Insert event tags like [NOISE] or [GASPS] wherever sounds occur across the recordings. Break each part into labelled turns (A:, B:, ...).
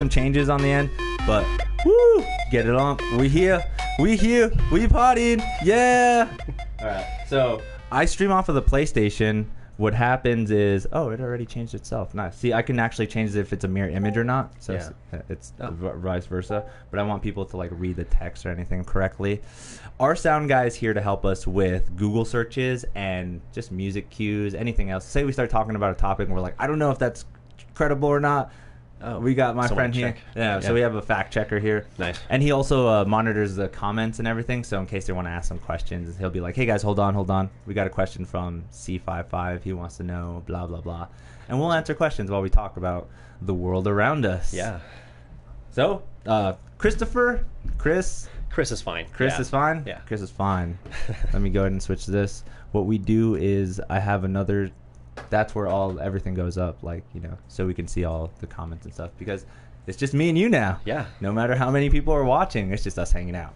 A: some changes on the end, but woo, get it on. We here, we here, we partied, yeah. All right, so I stream off of the PlayStation. What happens is, oh, it already changed itself. Nice. See, I can actually change if it's a mirror image or not. So
B: Yeah.
A: it's, uh, it's v- vice versa. But I want people to like read the text or anything correctly. Our sound guy is here to help us with Google searches and just music cues, anything else. Say we start talking about a topic and we're like, I don't know if that's credible or not. [LAUGHS]
B: Oh,
A: Uh, we got my
B: someone
A: friend here.
B: check.
A: Yeah,
B: Yeah.
A: so we have a fact checker here.
B: Nice.
A: And he also uh, monitors the comments and everything. So in case they want to ask some questions, he'll be like, "Hey guys, hold on, hold on. We got a question from C55. He wants to know blah blah blah." And we'll answer questions while we talk about the world around us.
B: Yeah.
A: So, uh, Christopher, Chris,
B: Chris is fine.
A: Chris
B: Yeah.
A: is fine.
B: Yeah.
A: Chris is
B: [LAUGHS]
A: fine. Let me go ahead and switch to this. What we do is I have another. That's where all everything goes up, like you know, so we can see all the comments and stuff because it's just me and you now.
B: Yeah.
A: No matter how many people are watching, it's just us hanging out.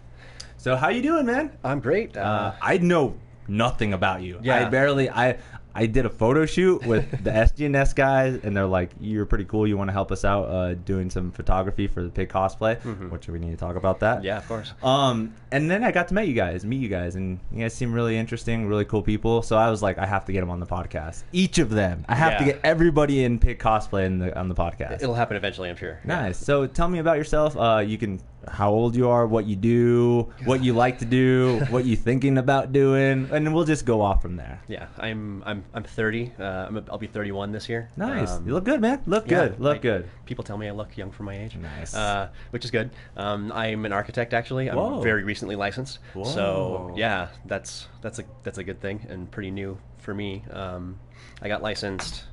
A: So how you doing, man?
B: I'm great. Uh,
A: Uh, I know nothing about you.
B: Yeah.
A: I barely. I I did a photo shoot with
B: [LAUGHS]
A: the SGNS guys, and they're like, "You're pretty cool. You want to help us out uh, doing some photography for the pig cosplay?" Which we need to talk about that.
B: Mm-hmm. yeah, of course.
A: Um, and then I got to meet you guys, meet you guys, and you guys seem really interesting, really cool people. So I was like, I have to get them on the podcast. Each of them, I have to
B: Yeah.
A: get everybody in pig cosplay in the, on the podcast.
B: It'll happen eventually, I'm sure.
A: nice. So tell me about yourself. Uh, you can how old you are, what you do, what you like to
B: [LAUGHS]
A: do, what you thinking about doing, and we'll just go off from there.
B: Yeah, I'm I'm I'm 30. Uh, I'm a, I'll be 31 this year.
A: Nice.
B: Um,
A: you look good, man. Look
B: yeah,
A: good. Look
B: I-
A: good.
B: People tell me I look young for my age.
A: Nice.
B: Uh, which is good. Um, I'm an architect actually. I'm
A: Whoa.
B: very recently licensed. So
A: Whoa.
B: yeah, that's that's a that's a good thing and pretty new for me. Um, I got licensed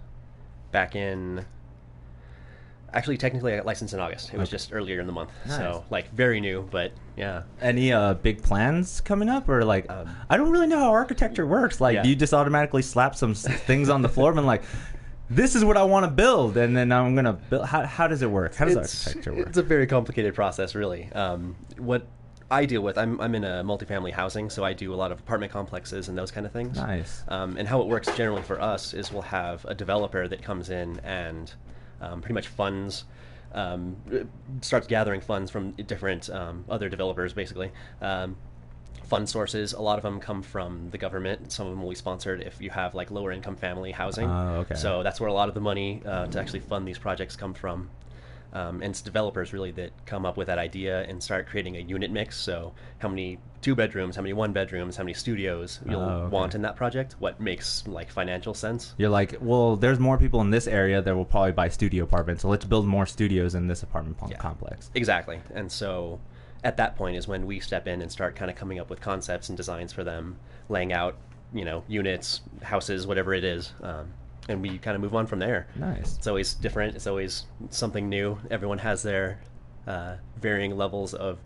B: back in. Actually, technically, I got licensed in August. It was
A: Okay.
B: just earlier in the month.
A: Nice.
B: So like very new, but yeah.
A: Any uh, big plans coming up, or like uh,
B: Um,
A: I don't really know how architecture works. Like,
B: Yeah.
A: do you just automatically slap some s- things on the floor and been like, this is what I want to build, and then I'm gonna build? How, how does it work? How does architecture work?
B: It's a very complicated process, really. Um, what I deal with, I'm, I'm in a multifamily housing, so I do a lot of apartment complexes and those kind of things.
A: Nice.
B: Um, and how it works generally for us is we'll have a developer that comes in and um, pretty much funds. Um, starts gathering funds from different um, other developers, basically. Um, fund sources. A lot of them come from the government. Some of them will be sponsored if you have like lower income family housing.
A: Oh, okay.
B: So that's where a lot of the money uh, to actually fund these projects come from. Um, and it's developers really that come up with that idea and start creating a unit mix. So how many two bedrooms, how many one bedrooms, how many studios you'll
A: Oh, okay.
B: want in that project? What makes like financial sense?
A: You're like, well, there's more people in this area that will probably buy studio apartments, so let's build more studios in this apartment pl-
B: Yeah.
A: complex.
B: Exactly. And so at that point is when we step in and start kind of coming up with concepts and designs for them, laying out, you know, units, houses, whatever it is. Um, and we kind of move on from there.
A: Nice.
B: It's always different. It's always something new. Everyone has their uh, varying levels of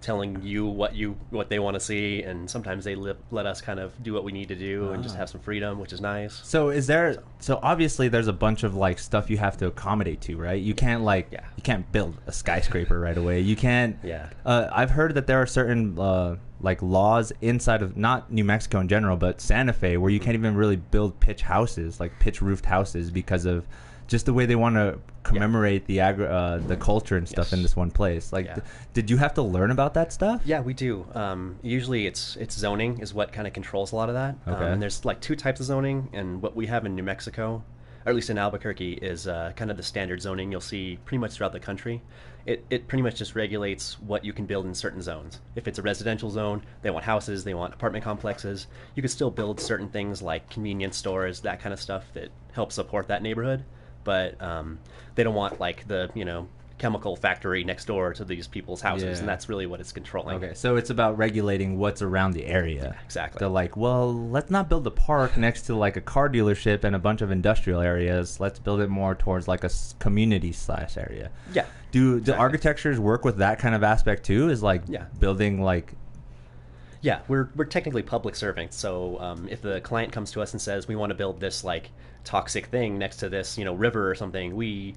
B: telling you what you what they want to see, and sometimes they li- let us kind of do what we need to do and just
A: Ah.
B: have some freedom, which is nice.
A: So is there? So obviously, there's a bunch of like stuff you have to accommodate to, right? You can't like,
B: Yeah.
A: you can't build a skyscraper right away. You can't.
B: Yeah.
A: Uh, I've heard that there are certain uh, like laws inside of not New Mexico in general, but Santa Fe, where you can't even really build pitch houses, like pitch roofed houses, because of just the way they want to commemorate the agri- uh, the culture and stuff in
B: Yes.
A: this one place. Like,
B: Yeah.
A: th- did you have to learn about that stuff?
B: Yeah, we do. Um, usually, it's it's zoning is what kind of controls a lot of that. Um,
A: Okay.
B: and there's like two types of zoning, and what we have in New Mexico, or at least in Albuquerque, is uh, kind of the standard zoning you'll see pretty much throughout the country. It it pretty much just regulates what you can build in certain zones. If it's a residential zone, they want houses, they want apartment complexes. You can still build certain things like convenience stores, that kind of stuff that help support that neighborhood. But um, they don't want like the you know chemical factory next door to these people's houses,
A: Yeah.
B: and that's really what it's controlling.
A: Okay, so it's about regulating what's around the area.
B: exactly.
A: They're like, well, let's not build a park next to like a car dealership and a bunch of industrial areas. Let's build it more towards like a s- community slash area.
B: Yeah.
A: Do do
B: Exactly.
A: architectures work with that kind of aspect too? Is like
B: Yeah.
A: building like
B: Yeah, we're we're technically public servants. So um, if the client comes to us and says we want to build this like toxic thing next to this you know river or something, we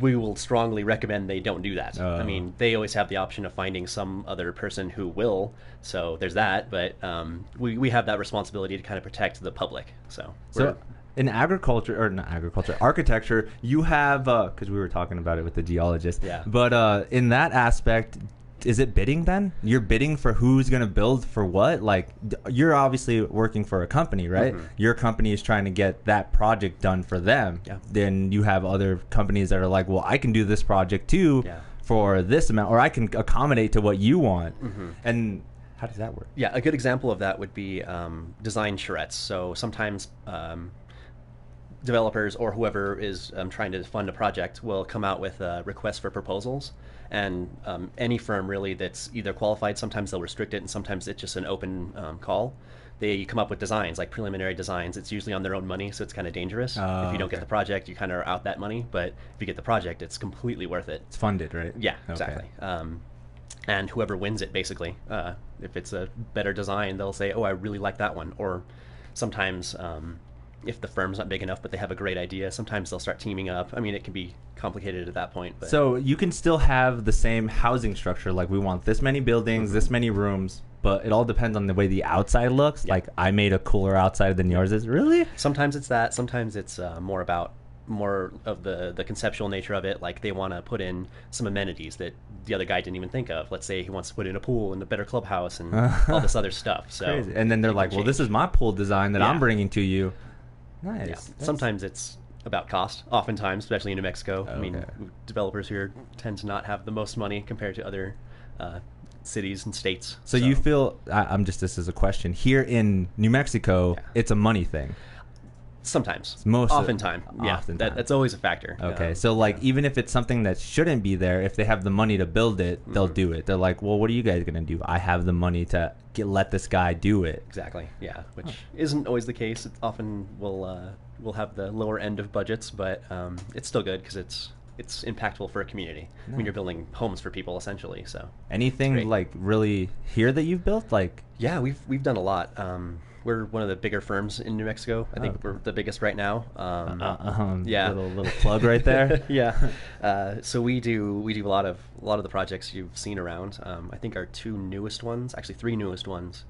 B: we will strongly recommend they don't do that.
A: Oh.
B: I mean, they always have the option of finding some other person who will. So there's that, but um, we we have that responsibility to kind of protect the public. So
A: so.
B: we're-
A: in agriculture or not agriculture architecture you have because we were talking about it with the geologist
B: Yeah.
A: but uh, in that aspect is it bidding then you're bidding for who's going to build for what like d- you're obviously working for a company right
B: Mm-hmm.
A: your company is trying to get that project done for them
B: Yeah.
A: then you have other companies that are like well i can do this project too
B: Yeah.
A: for this amount or i can accommodate to what you want
B: Mm-hmm.
A: and how does that work
B: Yeah, a good example of that would be um, design charrettes. So sometimes um, developers or whoever is um, trying to fund a project will come out with a request for proposals. And um, any firm really that's either qualified, sometimes they'll restrict it, and sometimes it's just an open um, call. They come up with designs, like preliminary designs. It's usually on their own money, so it's kind of dangerous.
A: Oh,
B: if you don't
A: okay.
B: get the project, you kind of are out that money. But if you get the project, it's completely worth it.
A: it's funded right
B: Yeah,
A: Okay.
B: exactly. Um, and whoever wins it, basically, uh, if it's a better design, they'll say, "Oh, I really like that one." Or sometimes, um, if the firm's not big enough, but they have a great idea, sometimes they'll start teaming up. I mean, it can be complicated at that point. But
A: So you can still have the same housing structure, like we want this many buildings, this many rooms, but it all depends on the way the outside looks. Like I made a cooler outside than yours is. Really?
B: sometimes it's that. Sometimes it's uh, more about more of the the conceptual nature of it. Like they want to put in some amenities that the other guy didn't even think of. Let's say he wants to put in a pool and a better clubhouse
A: [LAUGHS]
B: and all this other stuff. So
A: Crazy. And then they're
B: Oh, it
A: like,
B: can
A: well, this
B: change.
A: is my pool design that I'm
B: Yeah.
A: bringing to you. Nice.
B: Yeah.
A: That's-
B: Sometimes it's about cost. Oftentimes, especially in New Mexico, I mean,
A: Okay.
B: developers here tend to not have the most money compared to other uh, cities and states.
A: So, you feel? I, I'm just. This is a question. Here in New Mexico,
B: Yeah.
A: it's a money thing.
B: sometimes,
A: most of-
B: oftentimes, yeah,
A: oftentimes.
B: That, that's always a factor.
A: Okay,
B: Um,
A: so like even if it's something that shouldn't be there, if they have the money to build it, they'll
B: Mm-hmm.
A: do it. They're like, well, what are you guys gonna do? I have the money to get, let this guy do it.
B: exactly, yeah, which isn't always the case. It often will uh, will have the lower end of budgets, but um, it's still good because it's it's impactful for a community. I mean, you're building homes for people essentially, so
A: Anything
B: Great.
A: like really here that you've built? Like,
B: Yeah, we've we've done a lot. Um, we're one of the bigger firms in New Mexico. I think
A: Oh.
B: we're the biggest right now. Um,
A: uh, um,
B: yeah,
A: little little plug right there.
B: [LAUGHS] yeah. Uh, so we do we do a lot of a lot of the projects you've seen around. Um, I think our two newest ones, actually three newest ones,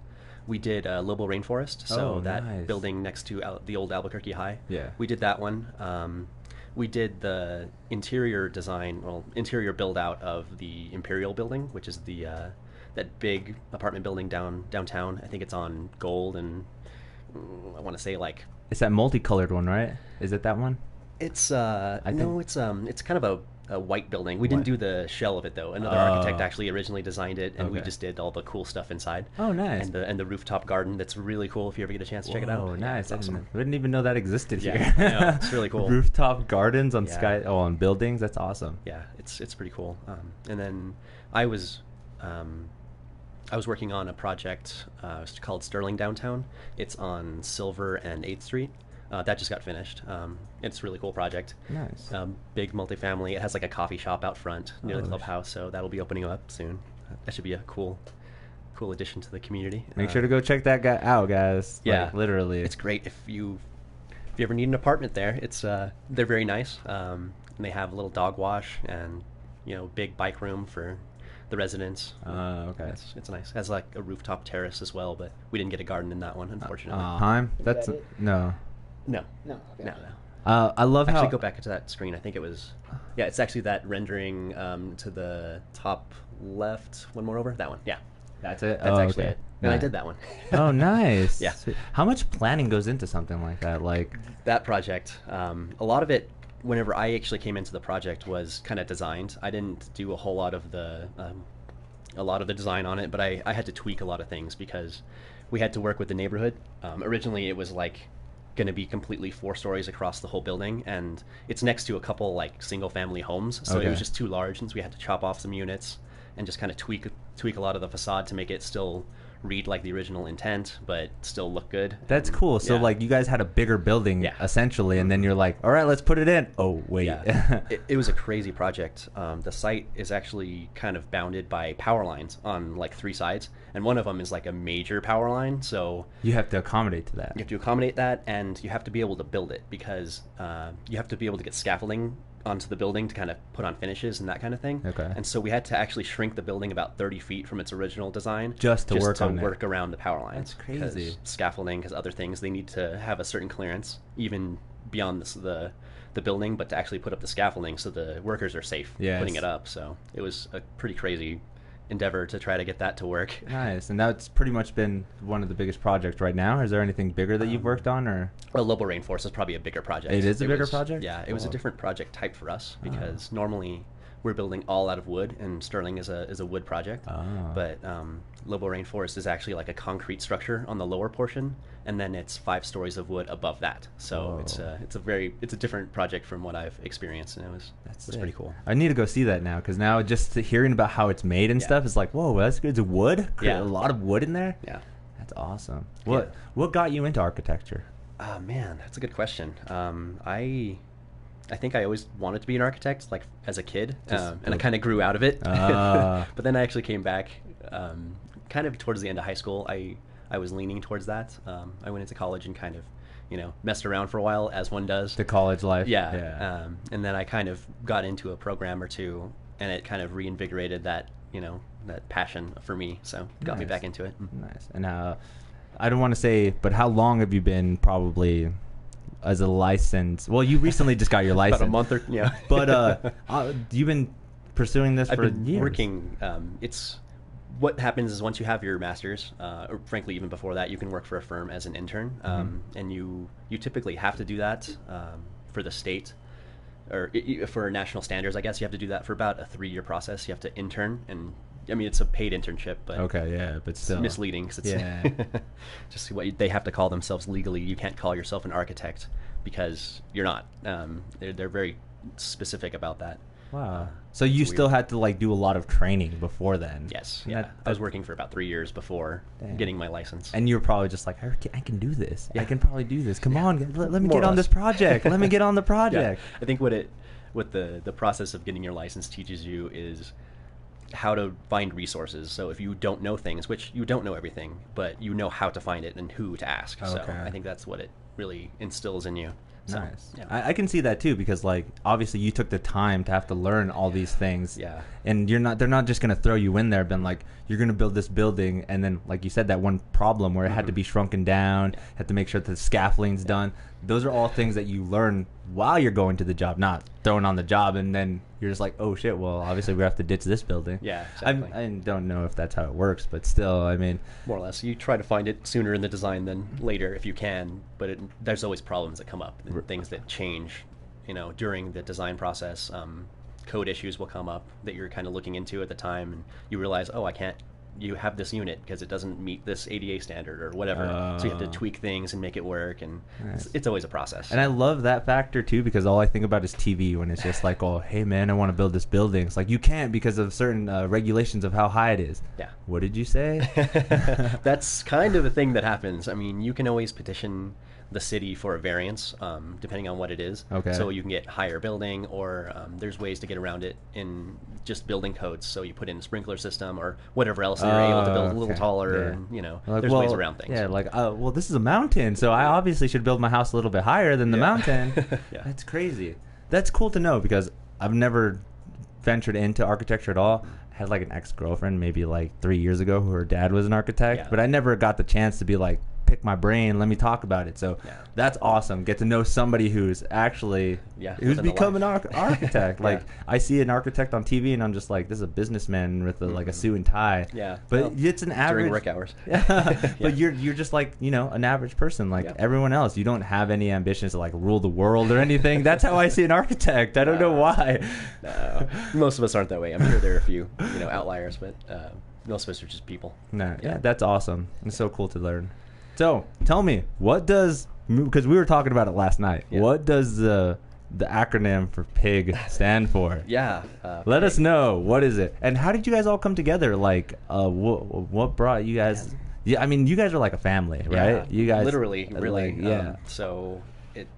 B: we did uh, Lobo Rainforest. So
A: Oh,
B: that
A: nice.
B: building next to Al- the old Albuquerque High.
A: Yeah.
B: we did that one. Um, we did the interior design, well, interior build out of the Imperial Building, which is the uh, that big apartment building down downtown. I think it's on Gold and mm, I want to say like
A: It's that multicolored one, right? Is it that one?
B: it's uh
A: I
B: no,
A: think-
B: it's um it's kind of a, a white building. We didn't
A: White.
B: do the shell of it though. Another
A: Oh.
B: architect actually originally designed it, and we
A: Okay.
B: just did all the cool stuff inside.
A: Oh, nice.
B: And the and the rooftop garden that's really cool. If you ever get a chance to check it out,
A: Oh,
B: Yeah,
A: nice!
B: it's
A: I didn't-
B: awesome.
A: I didn't even know that existed
B: Yeah,
A: here.
B: I know,
A: [LAUGHS]
B: it's really cool.
A: Rooftop gardens on
B: Yeah.
A: sky, oh, on buildings. That's awesome.
B: Yeah, it's it's pretty cool. Um, and then I was. Um, I was working on a project uh, it's called Sterling Downtown. It's on Silver and 8th Street. Uh, that just got finished. Um, it's a really cool project.
A: Nice.
B: um, big multifamily. It has like a coffee shop out front near
A: Oh,
B: the
A: nice.
B: clubhouse, so that'll be opening up soon. That should be a cool, cool addition to the community.
A: Make
B: Uh,
A: sure to go check that guy out, guys. Like,
B: Yeah.
A: literally,
B: It's great if you if you ever need an apartment there. It's uh, they're very nice. Um, and they have a little dog wash and you know big bike room for the residents.
A: Uh, okay.
B: it's, it's nice. It has like a rooftop terrace as well, but we didn't get a garden in that
A: Uh,
B: one, unfortunately.
A: Aw. time.
C: Is
A: That's
C: that it?
A: no.
B: no,
C: No. Okay.
B: no, no.
A: Uh, I love
B: Actually,
A: how
B: go back to that screen. I think it was. Yeah, it's actually that rendering um, to the top left. One more over. That one. Yeah,
A: That's it.
B: that's
A: Oh,
B: actually
A: okay.
B: it. And I
A: Nice.
B: did that one. [LAUGHS]
A: oh, nice.
B: Yeah.
A: Sweet. How much planning goes into something like that? Like,
B: that project. Um, a lot of it, whenever I actually came into the project, was kind of designed. I didn't do a whole lot of the, um, a lot of the design on it, but I, I had to tweak a lot of things because we had to work with the neighborhood. Um, originally, it was like going to be completely four stories across the whole building, and it's next to a couple like single family homes, so it
A: Okay.
B: was just too large, and so we had to chop off some units and just kind of tweak tweak a lot of the facade to make it still read like the original intent, but still look good.
A: that's
B: And,
A: cool. So,
B: yeah.
A: like, you guys had a bigger building
B: Yeah.
A: essentially, and then you're like, all right, let's put it in. Oh, wait. [LAUGHS]
B: Yeah, it, it was a crazy project. Um, the site is actually kind of bounded by power lines on like three sides, and one of them is like a major power line. So
A: you have to accommodate to that.
B: you have to accommodate that, and you have to be able to build it because uh, you have to be able to get scaffolding onto the building to kind of put on finishes and that kind of thing.
A: Okay.
B: And so we had to actually shrink the building about 30 feet from its original design
A: Just to work on it.
B: work around the power lines.
A: That's crazy.
B: 'cause Scaffolding, because other things, they need to have a certain clearance even beyond this, the the building, but to actually put up the scaffolding so the workers are safe
A: Yes.
B: putting it up. So it was a pretty crazy endeavor to try to get that to work. [LAUGHS]
A: Nice. And that's pretty much been one of the biggest projects right now. Is there anything bigger that
B: Um,
A: you've worked on or
B: Well, Lobo Rainforest is probably a bigger project.
A: It is a bigger
B: was-
A: project?
B: Yeah, it was a
A: Wow. Ah.
B: different project type for us because normally we're building all out of wood, and Sterling is a is a wood project.
A: Ah.
B: But um, Lobo Rainforest is actually like a concrete structure on the lower portion, and then it's five stories of wood above that. So
A: Whoa.
B: it's a it's a very it's a different project from what I've experienced, and it was
A: That's
B: it was
A: sick.
B: pretty cool.
A: I need to go see that now because now just hearing about how it's made and
B: Yeah.
A: stuff is like, whoa, that's good. It's wood. Cre-
B: Yeah.
A: a lot of wood in there.
B: Yeah.
A: That's awesome. What
B: Yeah.
A: what got you into architecture?
B: Ah man, that's a good question. Um, I, I think I always wanted to be an architect, like as a kid,
A: Just-
B: um, and I kind of grew out of it.
A: Ah.
B: [LAUGHS] but then I actually came back, um, kind of towards the end of high school. I I was leaning towards that. Um, I went into college and kind of, you know, messed around for a while, as one does.
A: The college life.
B: Yeah. Um, and then I kind of got into a program or two, and it kind of reinvigorated that, you know, that passion for me. So got me
A: Nice.
B: back into it. Mm.
A: nice. And uh, I don't want to say, but how long have you been probably as a license? Well, you recently just got your
B: [LAUGHS] About a
A: license.
B: month or- yeah.
A: [LAUGHS] but uh, uh, you've been pursuing this
B: I've
A: for
B: been
A: years.
B: working. Um, it's what happens is once you have your master's, uh, or frankly even before that, you can work for a firm as an intern,
A: Mm-hmm.
B: um, and you you typically have to do that um, for the state or i- i- for national standards. I guess you have to do that for about a three year process. You have to intern, and I mean it's a paid internship, but
A: Okay. Yeah. But
B: it's
A: still
B: misleading 'cause it's [LAUGHS]
A: Yeah.
B: just what you, they have to call themselves legally. You can't call yourself an architect because you're not. Um, they're, they're very specific about that.
A: Wow. So you
B: Uh, It's
A: still
B: weird.
A: had to like do a lot of training before then.
B: Yes.
A: And
B: Yeah.
A: that-
B: I was working for about three years before
A: Dang.
B: getting my license.
A: And you were probably just like, I can, I can do this. I
B: Yeah.
A: can probably do this. Come
B: Yeah.
A: on, let, let me
B: More
A: get
B: or
A: on
B: less.
A: this project. let me get on the
B: [LAUGHS] Yeah.
A: project.
B: I think what it, what the the process of getting your license teaches you is how to find resources. So if you don't know things, which you don't know everything, but you know how to find it and who to ask.
A: Okay.
B: So I think that's what it really instills in you. So,
A: nice.
B: Yeah.
A: I, I can see that too because like obviously you took the time to have to learn all these things.
B: Yeah.
A: And you're not they're not just gonna throw you in there, been like, you're gonna build this building and then like you said, that one problem where it had to
B: Mhm.
A: be shrunken down, had to make sure that the scaffolding's done. Those are all things that you learn while you're going to the job, not thrown on the job and then you're just like, Oh shit, well obviously we have to ditch this building.
B: Yeah,
A: I'm-
B: exactly.
A: I don't know if that's how it works, but still I mean
B: More or less, you try to find it sooner in the design than later if you can. But it, there's always problems that come up, and
A: R-
B: things that change. You know, during the design process, um, code issues will come up that you're kind of looking into at the time, and you realize, oh, I can't. You have this unit because it doesn't meet this ADA standard or whatever, so you have to
A: Oh.
B: tweak things and make it work, and
A: Nice.
B: it's, it's always a process.
A: And I love that factor too because all I think about is TV when it's just like, oh, hey man, I want to build this building. It's like you can't because of certain uh, regulations of how high it is.
B: Yeah.
A: What did you say?
B: [LAUGHS] That's kind of a thing that happens. I mean, you can always petition the city for a variance, um, depending on what it is.
A: Okay.
B: So you can get higher building, or um, there's ways to get around it in just building codes. So you put in a sprinkler system or whatever else, and you're able to build a
A: Oh,
B: little
A: okay.
B: taller.
A: Yeah.
B: And, you know,
A: Like,
B: there's ways
A: well,
B: around things.
A: Yeah, like, uh, well, this is a mountain, so I obviously should build my house a little bit higher than the
B: Yeah.
A: mountain.
B: [LAUGHS] Yeah.
A: That's crazy. That's cool to know because I've never ventured into architecture at all. I had like an ex girlfriend maybe like three years ago who her dad was an architect,
B: Yeah.
A: but I never got the chance to be like, pick my brain, let me talk about it. So
B: Yeah.
A: that's awesome. Get to know somebody who's actually
B: Yeah,
A: who's
B: living the
A: become an
B: life. [LAUGHS]
A: arch- architect.
B: Yeah.
A: Like I see an architect on TV and I'm just like, this is a businessman with a, like a
B: Mhm.
A: suit and tie.
B: Yeah.
A: But
B: Well,
A: it's an average
B: during work hours.
A: [LAUGHS]
B: [LAUGHS]
A: yeah.
B: Yeah.
A: But you're you're just like, you know, an average person like
B: Yeah.
A: everyone else. You don't have any ambitions to like rule the world or anything. That's how I see an architect. I don't know
B: Nah.
A: why.
B: Uh, No, most of us aren't that way. I'm sure there are a few, you know, outliers, but uh, most of us are just people.
A: No, yeah, that's awesome. It's so cool to learn. So, tell me, what does because we were talking about it last night.
B: Yeah.
A: What does the the acronym for PIG stand for?
B: Yeah. Uh,
A: Let
B: big.
A: us know what is it, and how did you guys all come together? Like, uh, wh- what brought you guys? Yeah, I mean, you guys are like a family, right? you guys uh,
B: literally, really,
A: like,
B: yeah.
A: yeah.
B: so it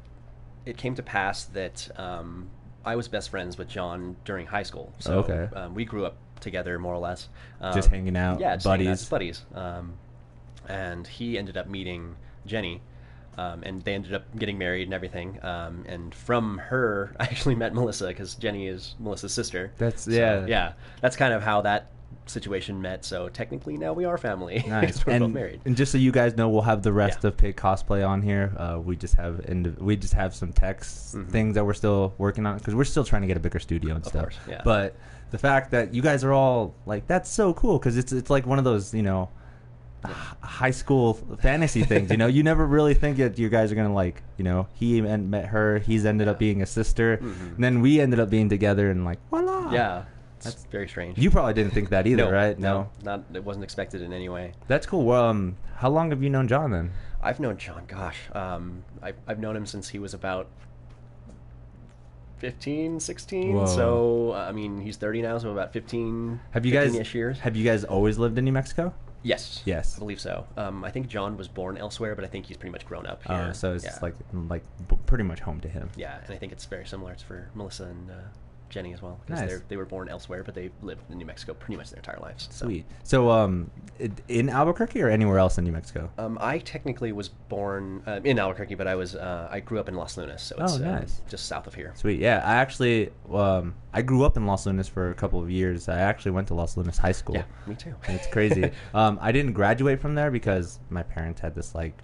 B: it came to pass that um, I was best friends with John during high school. So
A: Okay.
B: um, we grew up together more or less. Um,
A: Just hanging out,
B: yeah, just hanging out,
A: buddies.
B: just buddies. Um, and he ended up meeting Jenny. um, and they ended up getting married and everything. Um, and from her, [LAUGHS] I actually met Melissa because Jenny is Melissa's sister.
A: That's-
B: So,
A: yeah.
B: yeah. That's kind of how that situation met. So technically, now we are family. [LAUGHS] 'cause
A: Nice.
B: we're
A: and,
B: both married.
A: and just so you guys know, we'll have the rest
B: Yeah.
A: of Pig cosplay on here. Uh, we just have and we just have some text things that we're still working on because we're still trying to get a bigger studio and
B: Mm-hmm. Of
A: stuff.
B: course, yeah.
A: But the fact that you guys are all like that's so cool because it's it's like one of those you know h- high school fantasy things. You know, you never really think that you guys are gonna like you know he and met her. He's ended up
B: Yeah.
A: being a sister,
B: Mhm.
A: and then we ended up being together and like voila.
B: Yeah. It's
A: That's-
B: very strange.
A: You probably didn't think that either,
B: No,
A: right?
B: no, not it wasn't expected in any way.
A: That's cool. Well, um, how long have you known John then?
B: I've known John, gosh, um, I've, I've known him since he was about 15, 16.
A: Whoa.
B: So, I mean, he's 30 now, so about 15,
A: Have you guys
B: 15-ish years.
A: Have you guys always lived in New Mexico?
B: yes.
A: Yes.
B: I believe so. Um, I think John was born elsewhere, but I think he's pretty much grown up
A: Oh,
B: here.
A: so it's
B: yeah.
A: just like mm, like b- pretty much home to him.
B: Yeah, and I think it's very similar. It's for Melissa and uh, Jenny as well. Because
A: Nice.
B: they were born elsewhere, but they lived in New Mexico pretty much their entire lives. So.
A: Sweet. So um, i- in Albuquerque or anywhere else in New Mexico?
B: Um, I technically was born uh, in Albuquerque, but I was uh, I grew up in Los Lunas, so it's
A: Oh, nice.
B: um, just south of here.
A: Sweet. Yeah, I actually um, I grew up in Los Lunas for a couple of years. I actually went to Los Lunas High School.
B: Yeah, me too.
A: And it's
B: [LAUGHS]
A: crazy. um, I didn't graduate from there because my parents had this like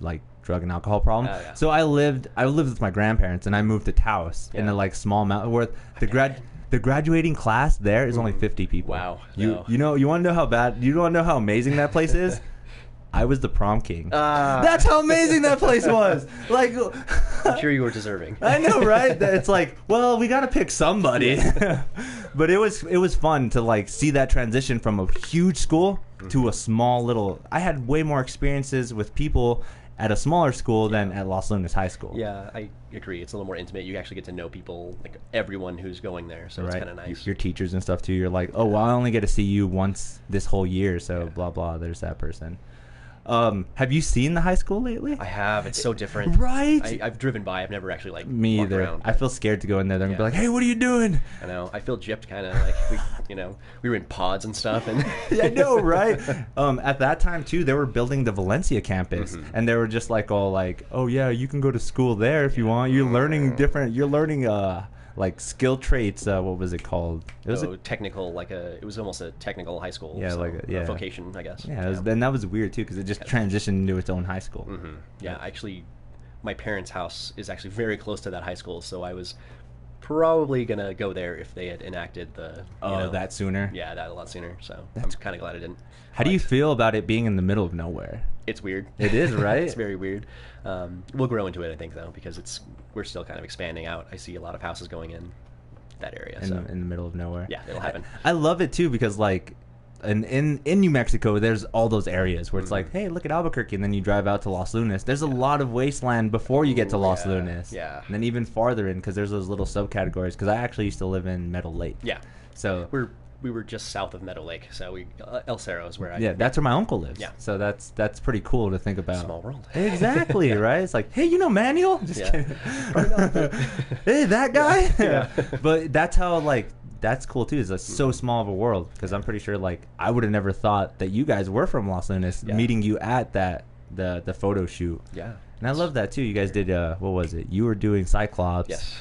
A: like drug and alcohol problem.
B: Oh, yeah.
A: So I lived I lived with my grandparents and I moved to Taos in
B: Yeah.
A: a like small mountain where the grad the graduating class there is only
B: Mm.
A: 50 people.
B: Wow,
A: You
B: no.
A: you know you want to know how bad you want to know how amazing that place
B: [LAUGHS]
A: is? I was the prom king.
B: Ah.
A: That's how amazing that place
B: [LAUGHS]
A: was. Like
B: I'm sure you were deserving.
A: [LAUGHS] I
B: [LAUGHS]
A: know, right? That It's like, well, we got to pick somebody. [LAUGHS] but it was it was fun to like see that transition from a huge school
B: Mm-hmm.
A: to a small little. I had way more experiences with people at a smaller school than at Los Lunas High School.
B: yeah, I agree. It's a little more intimate. You actually get to know people, like everyone who's going there, so it's
A: Right,
B: kind of nice.
A: your teachers and stuff too. You're like, oh, well, I only get to see you once this whole year, so blah blah. There's that person. Um, have you seen the high school lately?
B: I have. It's so different,
A: Right?
B: I, I've driven by. I've never actually like
A: Me
B: walked
A: either.
B: Around.
A: I feel scared to go in there. They're gonna be
B: Yeah.
A: like, hey, what are you doing?
B: I know. I feel gypped, kind of like we, you know, we were in pods and stuff, and
A: [LAUGHS] yeah, I know, right?
B: [LAUGHS]
A: Um, at that time too, they were building the Valencia campus,
B: Mm-hmm.
A: and they were just like all like, "Oh yeah, you can go to school there if you want. You're learning different. You're learning uh like skill traits. Uh, what was it called? It was
B: so
A: a,
B: technical, like a. It was almost a technical high school.
A: Yeah,
B: so
A: like a- yeah.
B: vocation, I guess.
A: yeah, it was, and that was weird too because it just transitioned into its own high school.
B: hmm Yeah, actually, my parents' house is actually very close to that high school, so I was probably gonna go there if they had enacted the. you
A: Oh,
B: know,
A: that sooner.
B: Yeah, that a lot sooner. So I'm kind of glad I didn't.
A: How do you feel about it being in the middle of nowhere?
B: It's weird.
A: It
B: [LAUGHS]
A: is, right?
B: it's very weird. Um, we'll grow into it, I think, though, because it's we're still kind of expanding out. I see a lot of houses going in that area.
A: in,
B: so
A: in the middle of nowhere.
B: Yeah, it'll happen.
A: I, I love it too because like. And in, in New Mexico, there's all those areas
B: Mm-hmm.
A: where it's like, hey, look at Albuquerque, and then you drive out to Los Lunas. There's a lot of wasteland before you get to
B: Ooh,
A: Los
B: yeah,
A: Lunas.
B: yeah.
A: And then even farther in, because there's those little subcategories. Because I actually used to live in Meadow Lake.
B: yeah,
A: So
B: we're we were just south of Meadow Lake, so we uh, El Cerro is where I
A: yeah, that's where my uncle lives.
B: Yeah.
A: So that's that's pretty cool to think about.
B: small world. [LAUGHS]
A: Exactly, right? It's like, hey, you know Manuel? Just [LAUGHS]
B: Yeah.
A: kidding.
B: Probably not, but-
A: hey, that guy?
B: Yeah.
A: [LAUGHS]
B: Mm.
A: but that's how, like, that's cool too. Is it's so small of a world because I'm pretty sure, like, I would have never thought that you guys were from Los Lunas.
B: Yeah.
A: Meeting you at that the the photo shoot,
B: Yeah.
A: and I love that too. You guys did uh, what was it? You were doing Cyclops.
B: Yes.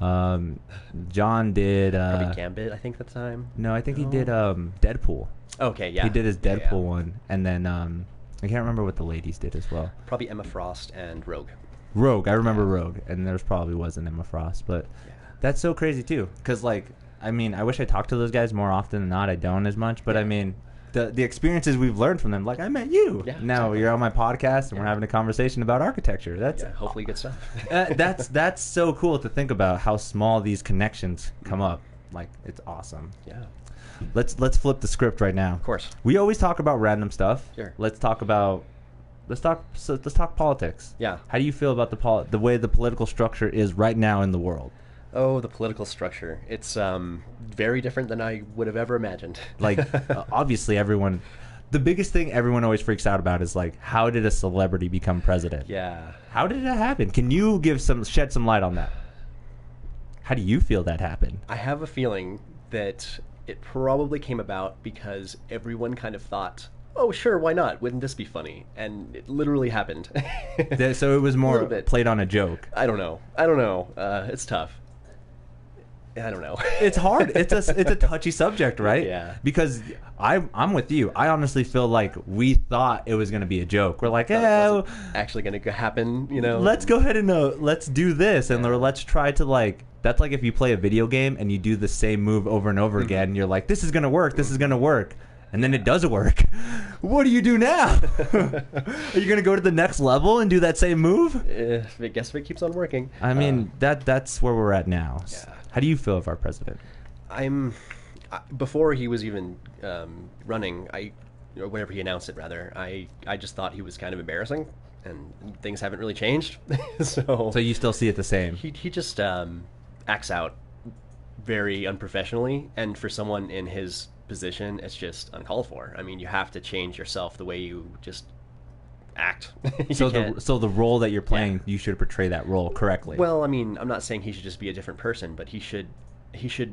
A: Um, John did.
B: Probably
A: Uh,
B: Gambit, I think, at the time.
A: no, I think he
B: No.
A: did um Deadpool.
B: Okay, yeah.
A: He did his
B: Yeah,
A: Deadpool
B: yeah.
A: one, and then um I can't remember what the ladies did as well.
B: Probably Emma Frost and Rogue.
A: Rogue. I remember Rogue, and there's probably was an Emma Frost, but
B: Yeah.
A: that's so crazy too. Because like, I mean, I wish I talked to those guys more often than not. I don't as much, but I mean, the the experiences we've learned from them. Like, I met you.
B: Yeah,
A: now
B: exactly.
A: you're on my podcast, and we're
B: Yeah.
A: having a conversation about architecture. That's
B: Yeah, hopefully good stuff.
A: [LAUGHS] uh, that's that's so cool to think about how small these connections come up. Like, it's awesome.
B: yeah,
A: Let's let's flip the script right now.
B: of course.
A: We always talk about random stuff.
B: Sure.
A: Let's talk about let's talk so let's talk politics.
B: Yeah.
A: How do you feel about the pol- the way the political structure is right now in the world?
B: Oh, the political structure. It's um, very different than I would have ever imagined. [LAUGHS]
A: Like uh, obviously everyone the biggest thing everyone always freaks out about is like how did a celebrity become president?
B: yeah.
A: How did that happen? Can you give some shed some light on that? How do you feel that happened?
B: I have a feeling that it probably came about because everyone kind of thought oh sure, why not? Wouldn't this be funny? And it literally happened. [LAUGHS]
A: That- so it was more
B: little bit.
A: played on a joke.
B: I don't know. I don't know. Uh, it's tough. I don't know. [LAUGHS]
A: It's hard. It's a it's a touchy subject, right?
B: Yeah.
A: Because I I'm with you. I honestly feel like we thought it was gonna be a joke. We're like, "Eh,
B: Thought
A: yeah,
B: it wasn't actually going to happen. You know.
A: let's go ahead and uh, let's do this, and or let's try to like. That's like if you play a video game and you do the same move over and
B: Mm-hmm.
A: over again. And you're like, this is gonna work. This is gonna work. And then it does work. [LAUGHS] What do you do now? [LAUGHS] Are you gonna go to the next level and do that same move?
B: Eh, I guess if it keeps on working. Um,
A: I mean, that that's where we're at now.
B: Uh, Yeah.
A: How do you feel of our president?
B: I'm I, before he was even um, running. I or whenever he announced it, rather, I I just thought he was kind of embarrassing, and things haven't really changed. [LAUGHS] so,
A: So you still see it the same?
B: he he just um, acts out very unprofessionally, and for someone in his position, it's just uncalled for. I mean, you have to change yourself the way you just
A: [LAUGHS]
B: act. You
A: so the
B: can't-
A: so the role that you're playing, you should portray that role correctly.
B: Well, I mean, I'm not saying he should just be a different person, but he should he should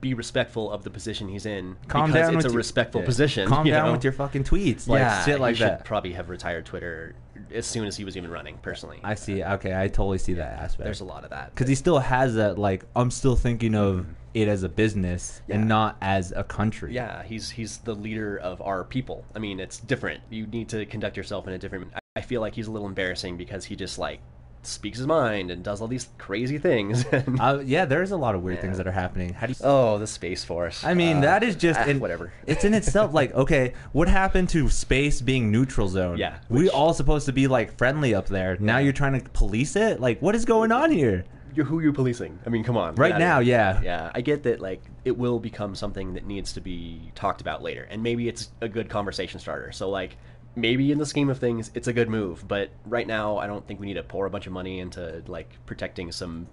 B: be respectful of the position he's in
A: calm
B: because
A: down.
B: it's
A: with
B: a
A: your-
B: respectful
A: yeah.
B: position.
A: Calm
B: you
A: down
B: know?
A: with your fucking tweets, like
B: yeah,
A: shit like
B: he
A: that.
B: Should probably have retired Twitter as soon as he was even running. Personally,
A: I see. Okay, I totally see that
B: there's
A: aspect
B: a lot of that.
A: because he still has that. Like, I'm still thinking of it as a business
B: Mm-hmm. Yeah.
A: and not as a country.
B: Yeah, he's he's the leader of our people. I mean, it's different. You need to conduct yourself in a different. I- I feel like he's a little embarrassing because he just like speaks his mind and does all these crazy things. [LAUGHS] and-
A: Uh, yeah. There's a lot of weird
B: Yeah.
A: things that are happening. How do you?
B: oh, the space force.
A: I mean,
B: Uh,
A: that is just
B: ah,
A: in,
B: whatever. [LAUGHS]
A: it's in itself like, okay, what happened to space being neutral zone?
B: Yeah,
A: we
B: which-
A: all supposed to be like friendly up there. Now you're trying to police it. Like, what is going on here?
B: you who you policing? I mean, come on.
A: Right
B: get outta
A: now,
B: here.
A: yeah.
B: Yeah, I get that. Like, it will become something that needs to be talked about later, and maybe it's a good conversation starter. So, like, maybe in the scheme of things, it's a good move. But right now, I don't think we need to pour a bunch of money into like protecting some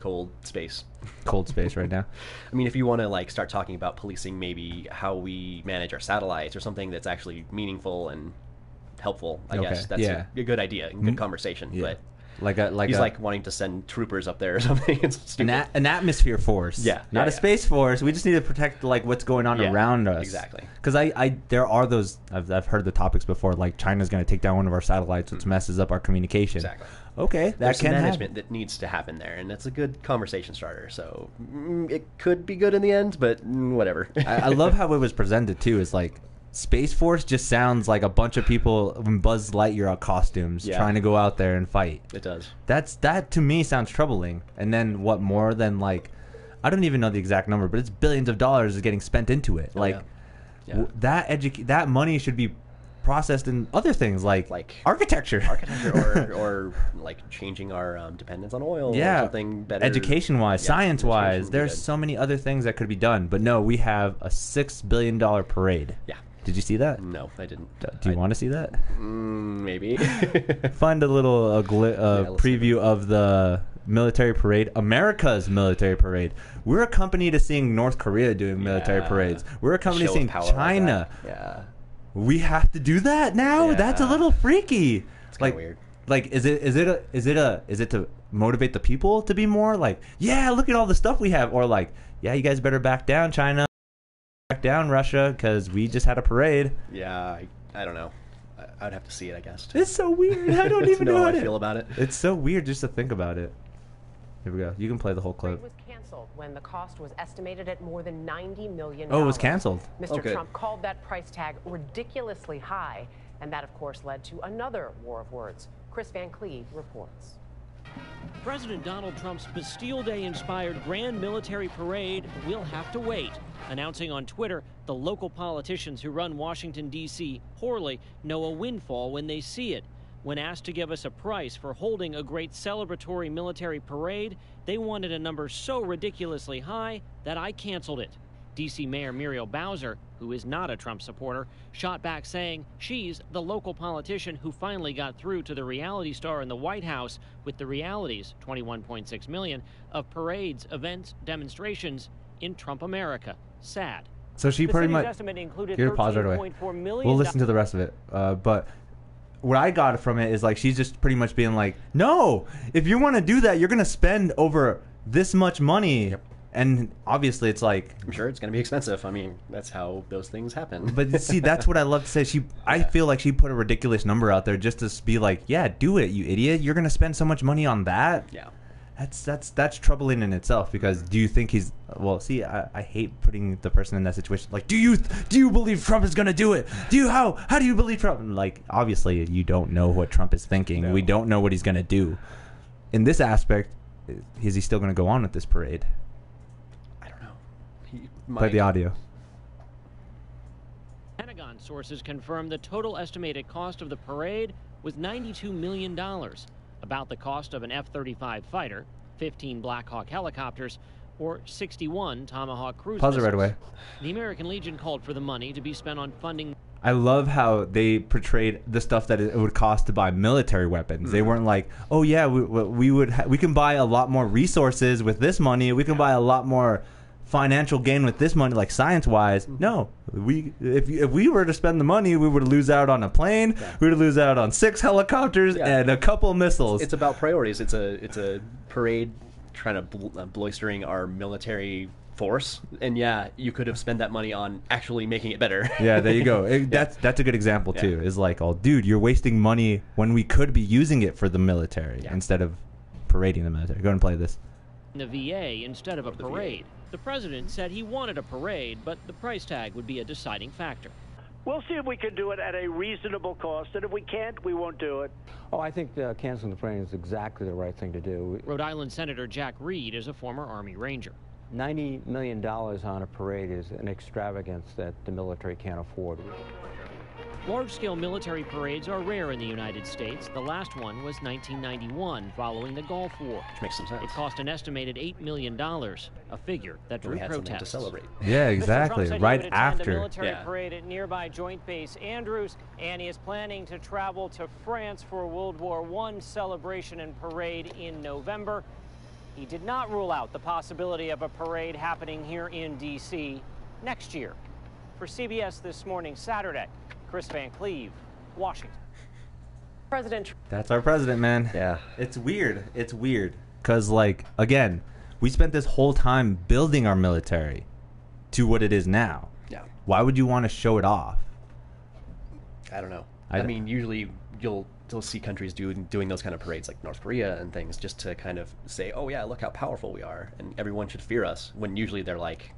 B: cold space.
A: Cold space right now.
B: I mean, if you want to like start talking about policing, maybe how we manage our satellites or something that's actually meaningful and helpful. I
A: Okay,
B: guess that's
A: yeah. Mm-hmm.
B: a, a good idea, and good conversation.
A: Yeah.
B: [LAUGHS] But
A: like a like uh,
B: he's
A: a,
B: like wanting to send troopers up there or [LAUGHS] something. It's stupid.
A: an, a- an atmosphere force.
B: Yeah,
A: not
B: yeah,
A: a
B: yeah.
A: space force. We just need to protect like what's going on
B: Yeah,
A: around us.
B: exactly.
A: Because I, I there are those I've, I've heard the topics before. Like China's going to take down one of our satellites, which messes up our communication.
B: Mm-hmm. Exactly.
A: Okay, that
B: There's some
A: can
B: management
A: happen.
B: that needs to happen there, and it's a good conversation starter. So mm, it could be good in the end, but mm, whatever.
A: I, I love how it was presented too. Is like. Space Force just sounds like a bunch of people in Buzz Lightyear costumes
B: Yeah.
A: trying to go out there and fight.
B: [LAUGHS] it does.
A: That's that to me sounds troubling. And then what more than like, I don't even know the exact number, but it's billions of dollars is getting spent into it. Like,
B: yeah. Oh, Yeah.
A: w that edu- that money should be processed in other things like
B: Like-
A: architecture,
B: Architecture or, or like changing our um, dependence on oil or
A: yeah,
B: something better.
A: education wise,
B: Yeah,
A: science
B: education
A: wise.
B: would be
A: There's
B: good.
A: so many other things that could be done, but no, we have a six billion dollar parade.
B: Yeah.
A: Did you see that?
B: No, I didn't.
A: D- Do you want to see that?
B: Mm, maybe. [LAUGHS]
A: Find a little uh, gli- uh,
B: Yeah, let's see.
A: preview of the military parade, America's military parade. We're a company to seeing North Korea doing military
B: Yeah.
A: parades. We're a company to
B: Show of
A: seeing
B: power like
A: China.
B: that. yeah.
A: we have to do that now. That's a
B: Yeah.
A: little freaky. It's
B: kinda
A: like
B: weird.
A: Like is it is it a is it a is it to motivate the people to be more like yeah look at all the stuff we have or like yeah you guys better back down China back down Russia because we just had a parade.
B: Yeah. I, I don't know. I, I'd have to see it, I guess. to-
A: It's so weird. I don't
B: [LAUGHS] to
A: even know,
B: how
A: how
B: I
A: to-
B: feel about it.
A: It's so weird just to think about it. Here we go. You can play the whole clip.
C: It was canceled when the cost was estimated at more than 90 million.
A: Oh, it was canceled.
C: Mr.
B: Okay.
C: Trump called that price tag ridiculously high, and that, of course, led to another war of words. Chris Van Cleve reports.
D: President Donald Trump's Bastille Day inspired grand military parade will have to wait, announcing on Twitter the local politicians who run Washington, D.C. poorly know a windfall when they see it. When asked to give us a price for holding a great celebratory military parade, they wanted a number so ridiculously high that I canceled it. D.C. Mayor Muriel Bowser, who is not a Trump supporter, shot back saying she's the local politician who finally got through to the reality star in the White House with the realities 21.6 million of parades, events, demonstrations in Trump America. Sad.
A: So she
D: The
A: pretty
D: city's
A: much.
D: estimate included
A: You're gonna pause right away.
D: 13.4 million
A: We'll listen to the rest of it. Uh, but what I got from it is like she's just pretty much being like, no, if you want to do that, you're gonna spend over this much money And obviously, it's like
B: I'm sure it's going to be expensive. I mean, that's how those things happen.
A: But see, that's what I love to say. She, I feel like she put a ridiculous number out there just to s- be like, "Yeah, do it, you idiot! You're gonna spend so much money on that."
B: yeah.
A: That's that's that's troubling in itself because do you think he's well? See, I, I hate putting the person in that situation. Like, do you do you believe Trump is gonna do it? Do you how how do you believe Trump? And like, obviously, you don't know what Trump is thinking.
B: No.
A: We don't know what he's gonna do. In this aspect, is he still gonna go on with this parade?
B: I don't know. He
A: Play
B: might-
A: the audio.
D: Pentagon sources confirm the total estimated cost of the parade was $92 million, about the cost of an F 35 fighter, 15 Black Hawk helicopters, or 61 Tomahawk cruise
A: Pause it
D: missiles.
A: right away.
D: The American Legion called for the money to be spent on funding
A: I love how they portrayed the stuff that it would cost to buy military weapons.
B: Mm-hmm.
A: They weren't like, "Oh yeah, we, we we would ha- we can buy a lot more resources with this money. We can buy a lot more financial gain with this money, like science wise."
B: Mm-hmm.
A: No, we if if we were to spend the money, we would lose out on a plane. We would lose out on six helicopters
B: Yeah.
A: and a couple missiles.
B: It's about priorities. It's a it's a parade trying to bl- uh, bolstering our military force. And yeah, you could have spent that money on actually making it better.
A: yeah, there you go. It- That's that's a good example too. Is like, "Oh, dude, you're wasting money when we could be using it for the military
B: Yeah.
A: instead of parading the military." Go ahead and play this.
D: the VA instead of a
B: VA.
D: parade. The president said he wanted a parade, but the price tag would be a deciding factor.
E: We'll see if we can do it at a reasonable cost, and if we can't, we won't do it.
F: Oh, I think uh, canceling the plane is exactly the right thing to do.
D: Rhode Island Senator Jack Reed is a former Army Ranger.
F: $90 million on a parade is an extravagance that the military can't afford.
D: Large scale military parades are rare in the United States. The last one was 1991 following the Gulf War.
B: [LAUGHS] Which makes some sense.
D: It cost an estimated $8 million, a figure that drew
B: we had something to
D: protests.
B: celebrate.
A: Yeah,
G: Trump
A: exactly.
G: said he
A: Right
G: would attend a
A: after.
G: military
B: Yeah.
G: parade at nearby Joint Base Andrews, and he is planning to travel to France for a World War I celebration and parade in November. He did not rule out the possibility of a parade happening here in D.C. next year. For CBS This Morning, Saturday, Chris Van Cleve, Washington.
C: President
A: That's our president, man.
B: Yeah.
A: It's weird. It's weird. Because, like, again, we spent this whole time building our military to what it is now.
B: Yeah.
A: Why would you want to show it off?
B: I don't know.
A: I-
B: I, mean, usually you'll you'll see countries doing doing those kind of parades, like North Korea and things, just to kind of say, "Oh yeah, look how powerful we are," and everyone should fear us. When usually they're like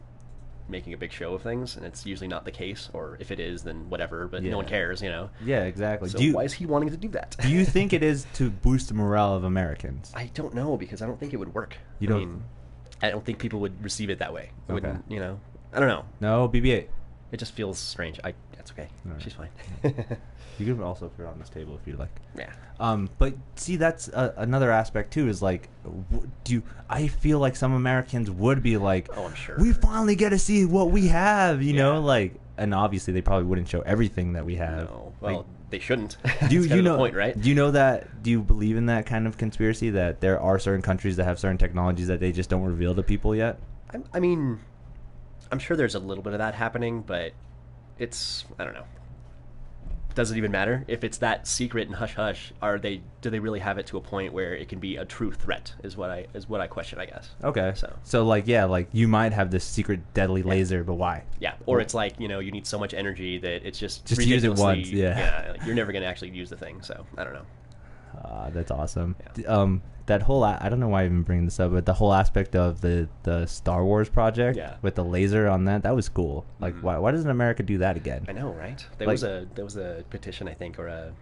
B: making a big show of things, and it's usually not the case. Or if it is, then whatever. But
A: Yeah.
B: no one cares, you know.
A: Yeah, exactly.
B: So
A: do you,
B: why is he wanting to do that?
A: do you think it is to boost the morale of Americans?
B: [LAUGHS] I don't know because I don't think it would work.
A: You
B: I
A: don't-
B: mean, I don't think people would receive it that way.
A: Okay.
B: Wouldn't you know? I don't know.
A: No, BB-8.
B: It just feels strange. I that's okay.
A: Alright.
B: She's fine.
A: You can also put it on this table if you like.
B: [LAUGHS] yeah.
A: Um, but see, that's a, another aspect too. Is like, w- do you, I feel like some Americans would be like,
B: Oh, I'm sure.
A: we finally get to see what we have," you know,
B: Yeah.
A: like. And obviously, they probably wouldn't show everything that we have.
B: No.
A: Like,
B: Oh, Well, they shouldn't. [LAUGHS]
A: do you,
B: That's kind
A: you
B: of the
A: know?
B: point, right?
A: Do you know that? Do you believe in that kind of conspiracy that there are certain countries that have certain technologies that they just don't reveal to people yet?
B: I, I mean, I'm sure there's a little bit of that happening, but it's I don't know. Does it even matter if it's that secret and hush hush? Are they do they really have it to a point where it can be a true threat? Is what I is what I question, I guess.
A: Okay.
B: So
A: like, yeah, like you might have this secret deadly laser, but why?
B: yeah, or it's like you know you need so much energy that it's just
A: Just use it
B: ridiculously-
A: once, yeah.
B: like, you're never gonna actually use the thing. So I don't know.
A: Uh, that's awesome. D- Um, that whole a- I don't know why I even bring this up, but the whole aspect of the the Star Wars project
B: Yeah. Mm-hmm.
A: with the laser on that that was cool. Like, why why doesn't America do that again?
B: I [LAUGHS] know, right? There
A: Like-
B: was a there was a petition I think or a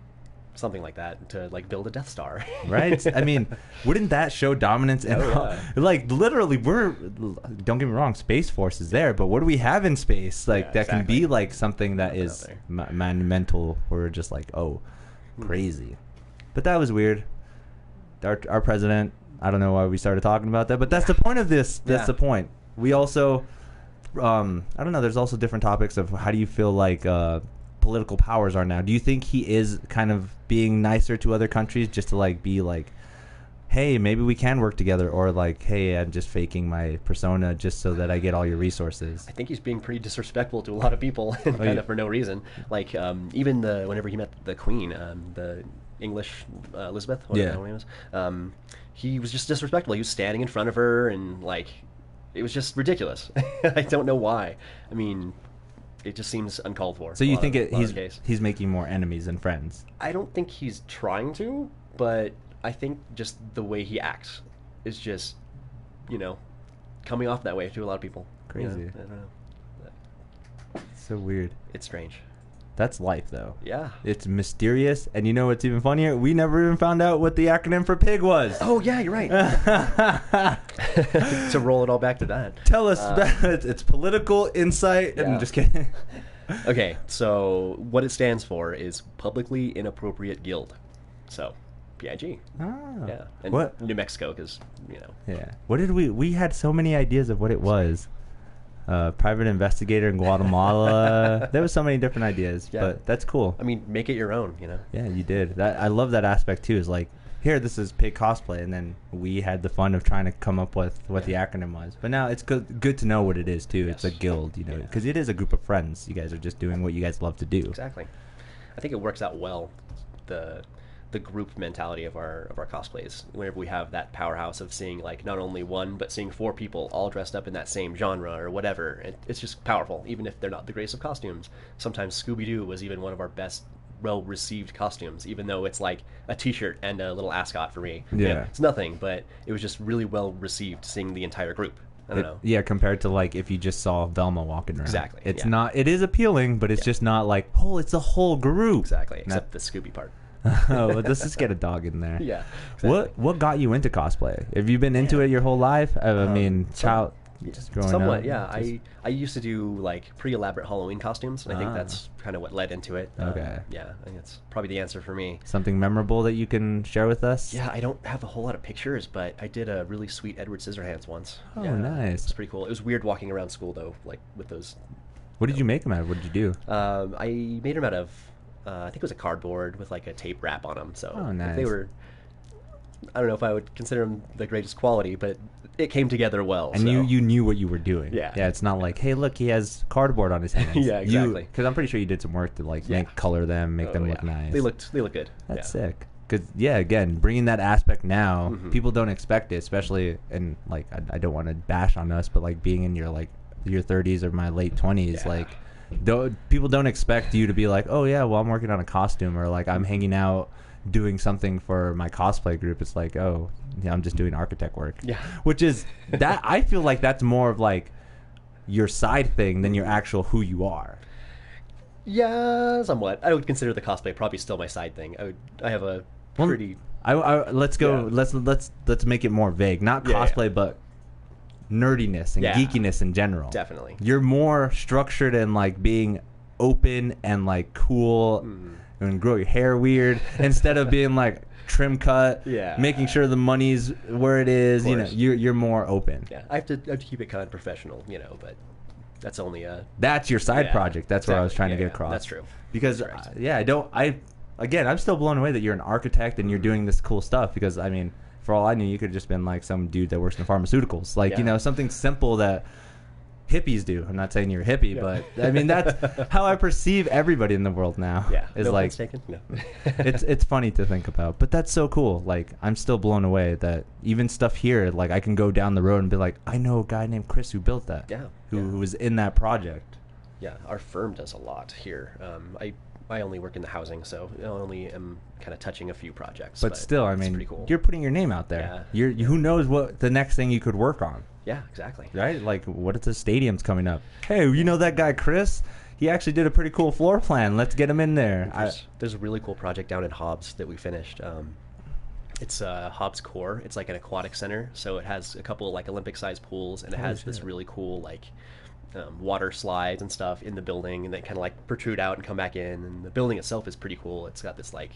B: something like that to like build a Death Star. [LAUGHS]
A: Right? I mean, wouldn't that show dominance? And
B: Oh, yeah.
A: [LAUGHS] like, literally, we're don't get me wrong, Space Force is there, but what do we have in space? Like
B: Yeah,
A: that can be
B: exactly.
A: like something that
B: Nothing
A: is
B: out there. Hmm.
A: ma- monumental or just like oh, crazy. But that was weird. Our our president. I don't know why we started talking about that, but that's the point of this. That's
B: Yeah.
A: the point. We also um, I don't know. There's also different topics of how do you feel like uh, political powers are now. Do you think he is kind of being nicer to other countries just to like be like, hey, maybe we can work together, or like, hey, I'm just faking my persona just so that I get all your resources.
B: I think he's being pretty disrespectful to a lot of people, [LAUGHS] and kind
A: yeah.
B: of for no reason. Like um, even the whenever he met the Queen, um, the English uh, Elizabeth, whatever
A: Yeah.
B: her name is, um, he was just disrespectful. He was standing in front of her and like It was just ridiculous. [LAUGHS] I don't know why. I mean, it just seems uncalled for.
A: So you
B: Lot
A: think
B: of-
A: it,
B: lot of
A: he's
B: case.
A: he's making more enemies than friends?
B: I don't think he's trying to, but I think just the way he acts is just, you know, coming off that way to a lot of people. You know,
A: Crazy.
B: I don't know.
A: so weird.
B: It's strange.
A: That's life, though.
B: Yeah.
A: It's mysterious, and you know what's even funnier? We never even found out what the acronym for pig was.
B: Oh yeah, you're right. [LAUGHS] to roll it all back to that.
A: Tell us, that [LAUGHS] it's political insight.
B: Uh. yeah.
A: I'm just kidding. [LAUGHS]
B: Okay, so what it stands for is publicly inappropriate guild. So, PIG.
A: Ah.
B: Yeah. And
A: What?
B: New Mexico, because you know.
A: Yeah. What did we? We had so many ideas of what it was. Uh, private investigator in Guatemala.
B: [LAUGHS]
A: there was so many different ideas,
B: Yeah.
A: but that's cool.
B: I mean, make it your own. You know.
A: Yeah, you did. That I love that aspect too. Is like here, this is pig cosplay, and then we had the fun of trying to come up with what the acronym was. But now it's good, good to know what it is too. It's a
B: Yes.
A: guild, you know,
B: Yeah.
A: because it is a group of friends. You guys are just doing what you guys love to do.
B: Exactly. I think it works out well. The the group mentality of our of our cosplays. Whenever we have that powerhouse of seeing like not only one but seeing four people all dressed up in that same genre or whatever, it, it's just powerful. Even if they're not the greatest of costumes. Sometimes Scooby Doo was even one of our best well received costumes, even though it's like a t shirt and a little ascot for me. You know,
A: Yeah.
B: it's nothing, but it was just really well received seeing the entire group. I don't
A: It-
B: know.
A: Yeah, compared to like if you just saw Velma walking around.
B: Exactly,
A: It's
B: yeah.
A: not. It is appealing, but it's just not like oh, it's a whole group.
B: Exactly.
A: Not-
B: Except the Scooby part.
A: [LAUGHS] oh, let's just get a dog in there.
B: Yeah,
A: What What got you into cosplay? Have you been into it your whole life? I, I mean, child, just growing
B: Um, somewhat
A: up.
B: yeah
A: just-
B: i i used to do like pretty elaborate halloween costumes and i think
A: Ah.
B: that's kind of what led into it Um,
A: Okay.
B: yeah i think that's probably the answer for me
A: something memorable that you can share with us.
B: yeah i don't have a whole lot of pictures but i did a really sweet edward scissorhands once
A: Oh,
B: yeah,
A: nice.
B: it's pretty cool it was weird walking around school though like with those
A: What did you make them out of? What did you do?
B: um, i made them out of uh, i think it was a cardboard with like a tape wrap on them so
A: Oh,
B: if
A: nice.
B: they were i don't know if i would consider them the greatest quality but it came together well
A: And
B: so.
A: you, you knew what you were doing.
B: Yeah.
A: Yeah. It's not like, hey, look, he has cardboard
B: [LAUGHS]
A: on his hands.
B: Yeah, exactly.
A: Because I'm pretty sure you did some work to like
B: Yeah.
A: make color them, make
B: Oh,
A: them look
B: yeah.
A: nice.
B: they looked they look good
A: That's
B: yeah. Mm-hmm.
A: sick. Cause yeah, again, bringing that aspect now, people don't expect it, especially and like I, I don't want to bash on us, but like being in your like your 30s or my late 20s,
B: Yeah.
A: like do people don't expect you to be like, oh yeah, well I'm working on a costume or like I'm hanging out doing something for my cosplay group. It's like, oh, yeah, I'm just doing architect work.
B: Yeah.
A: which is that I feel like that's more of like your side thing than your actual who you are.
B: Yeah, somewhat. I would consider the cosplay probably still my side thing. I would. I have a
A: Well,
B: pretty.
A: I, I- let's go.
B: Yeah.
A: Let's let's let's make it more vague. Not
B: Yeah, yeah.
A: cosplay, but nerdiness and
B: Yeah.
A: geekiness in general.
B: Definitely.
A: you're more structured and like being open and like cool
B: Hmm.
A: and grow your hair
B: [LAUGHS]
A: weird instead of being like trim cut.
B: Yeah.
A: making sure the money's where it is. You know,
B: course.
A: you're you're more open.
B: Yeah, I have to. I have to keep it kind of professional, you know. But that's only a.
A: That's your side
B: Yeah,
A: project. That's what I was
B: exactly.
A: trying
B: Yeah,
A: to get
B: yeah.
A: across.
B: That's true.
A: Because
B: Correct.
A: uh, yeah, I don't. I again, I'm still blown away that you're an architect and you're
B: Mm-hmm.
A: doing this cool stuff. Because I mean, for all I knew, you could have just been like some dude that works in pharmaceuticals, like you
B: Yeah.
A: know something simple that hippies do. I'm not saying you're a hippie, but I mean
B: [LAUGHS]
A: that's how I perceive everybody in the world now.
B: Yeah.
A: is
B: no
A: like
B: offense
A: [LAUGHS]
B: taken. No. [LAUGHS]
A: it's it's funny to think about, but that's so cool. Like I'm still blown away that even stuff here, like I can go down the road and be like, I know a guy named Chris who built that,
B: Yeah,
A: who
B: yeah.
A: who was in that project.
B: Yeah, our firm does a lot here. Um, I I only work in the housing, so I only am kind of touching a few projects.
A: But, still, I
B: it's
A: mean,
B: pretty cool.
A: you're putting your name out there.
B: Yeah.
A: You're who knows what the next thing you could work on,
B: Yeah, exactly.
A: right? Like, what if the stadium's coming up? Hey, you know that guy Chris? He actually did a pretty cool floor plan. Let's get him in there. I,
B: There's, there's a really cool project down in Hobbs that we finished. Um, it's uh, Hobbs Core. It's like an aquatic center, so it has a couple like Olympic-sized pools, and it has this really cool like um, water slides and stuff in the building, and they kind of like protrude out and come back in. And the building itself is pretty cool. It's got this like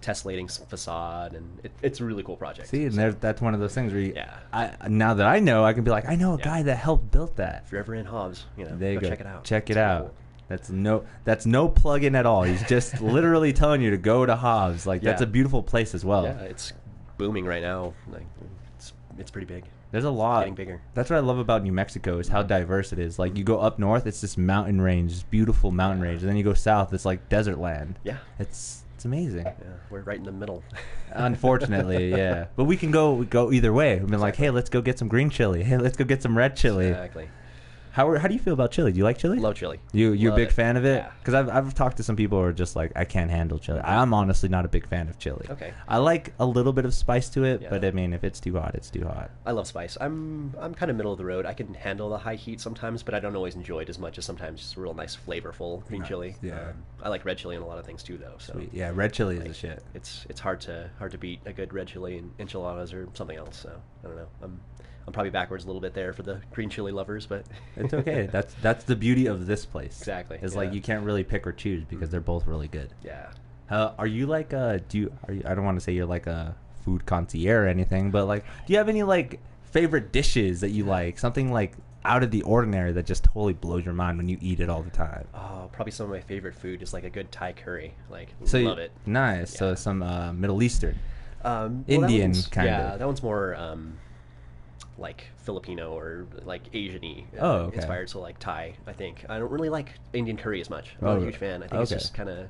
B: tessellating s- facade, and it, it's a really cool project.
A: see, and there, that's one of those things where you,
B: Yeah.
A: I, now that I know, I can be like, I know a guy that helped build that.
B: if you're ever in Hobbs, you know,
A: There you
B: go,
A: go.
B: check it out.
A: Check it
B: It's pretty
A: out.
B: cool.
A: That's no. That's no plug-in at all. He's
B: [LAUGHS]
A: just literally telling you to go to Hobbs. Like that's
B: Yeah.
A: a beautiful place as well.
B: Yeah, it's booming right now. Like, it's it's pretty big.
A: There's a lot.
B: Getting bigger.
A: That's what I love about New Mexico is how diverse it is. Like you go up north, it's this mountain range, this beautiful mountain range, and then you go south, it's like desert land.
B: Yeah.
A: it's it's That's amazing.
B: Yeah, we're right in the middle. [LAUGHS]
A: Unfortunately, yeah. But we can go we go either way. We've been like, hey, let's go get some green chili. [LAUGHS] Hey, let's go get some red chili.
B: exactly.
A: How are- how do you feel about chili? Do you like chili?
B: Love chili.
A: You you a
B: Love
A: big
B: it.
A: fan of it?
B: Yeah.
A: Because I've I've talked to some people who are just like, I can't handle chili. I'm honestly not a big fan of chili.
B: Okay.
A: I like a little bit of spice to it, but
B: Yeah.
A: I mean, if it's too hot, it's too hot.
B: I love spice. I'm I'm kind of middle of the road. I can handle the high heat sometimes, but I don't always enjoy it as much as sometimes just real nice, flavorful green chili.
A: yeah.
B: Um, I like red chili in a lot of things too, though. So
A: Yeah, red chili is a shit.
B: it's it's hard to hard to beat a good red chili and enchiladas or something else. So I don't know. I'm I'm probably backwards a little bit there for the green chili lovers, but
A: It's okay. that's that's the beauty of this place.
B: Exactly,
A: It's like
B: yeah. Mm-hmm.
A: you can't really pick or choose because they're both really good.
B: [LAUGHS] yeah.
A: Uh, are you like a do you, are you, I don't want to say you're like a food concierge or anything, but like do you have any like favorite dishes that you like? Something like out of the ordinary that just totally blows your mind when you eat it all the time.
B: Oh, probably some of my favorite food is like a good Thai curry. Like
A: So you-
B: love it.
A: Nice. So some uh, Middle Eastern.
B: Um, that
A: Indian,
B: one's-
A: kind
B: yeah,
A: of.
B: that one's more um, like Filipino or like Asian-y uh,
A: Oh, okay.
B: inspired. So like Thai, I think. I don't really like Indian curry as much. I'm
A: Oh,
B: not a huge fan. I think it's
A: okay.
B: just kind of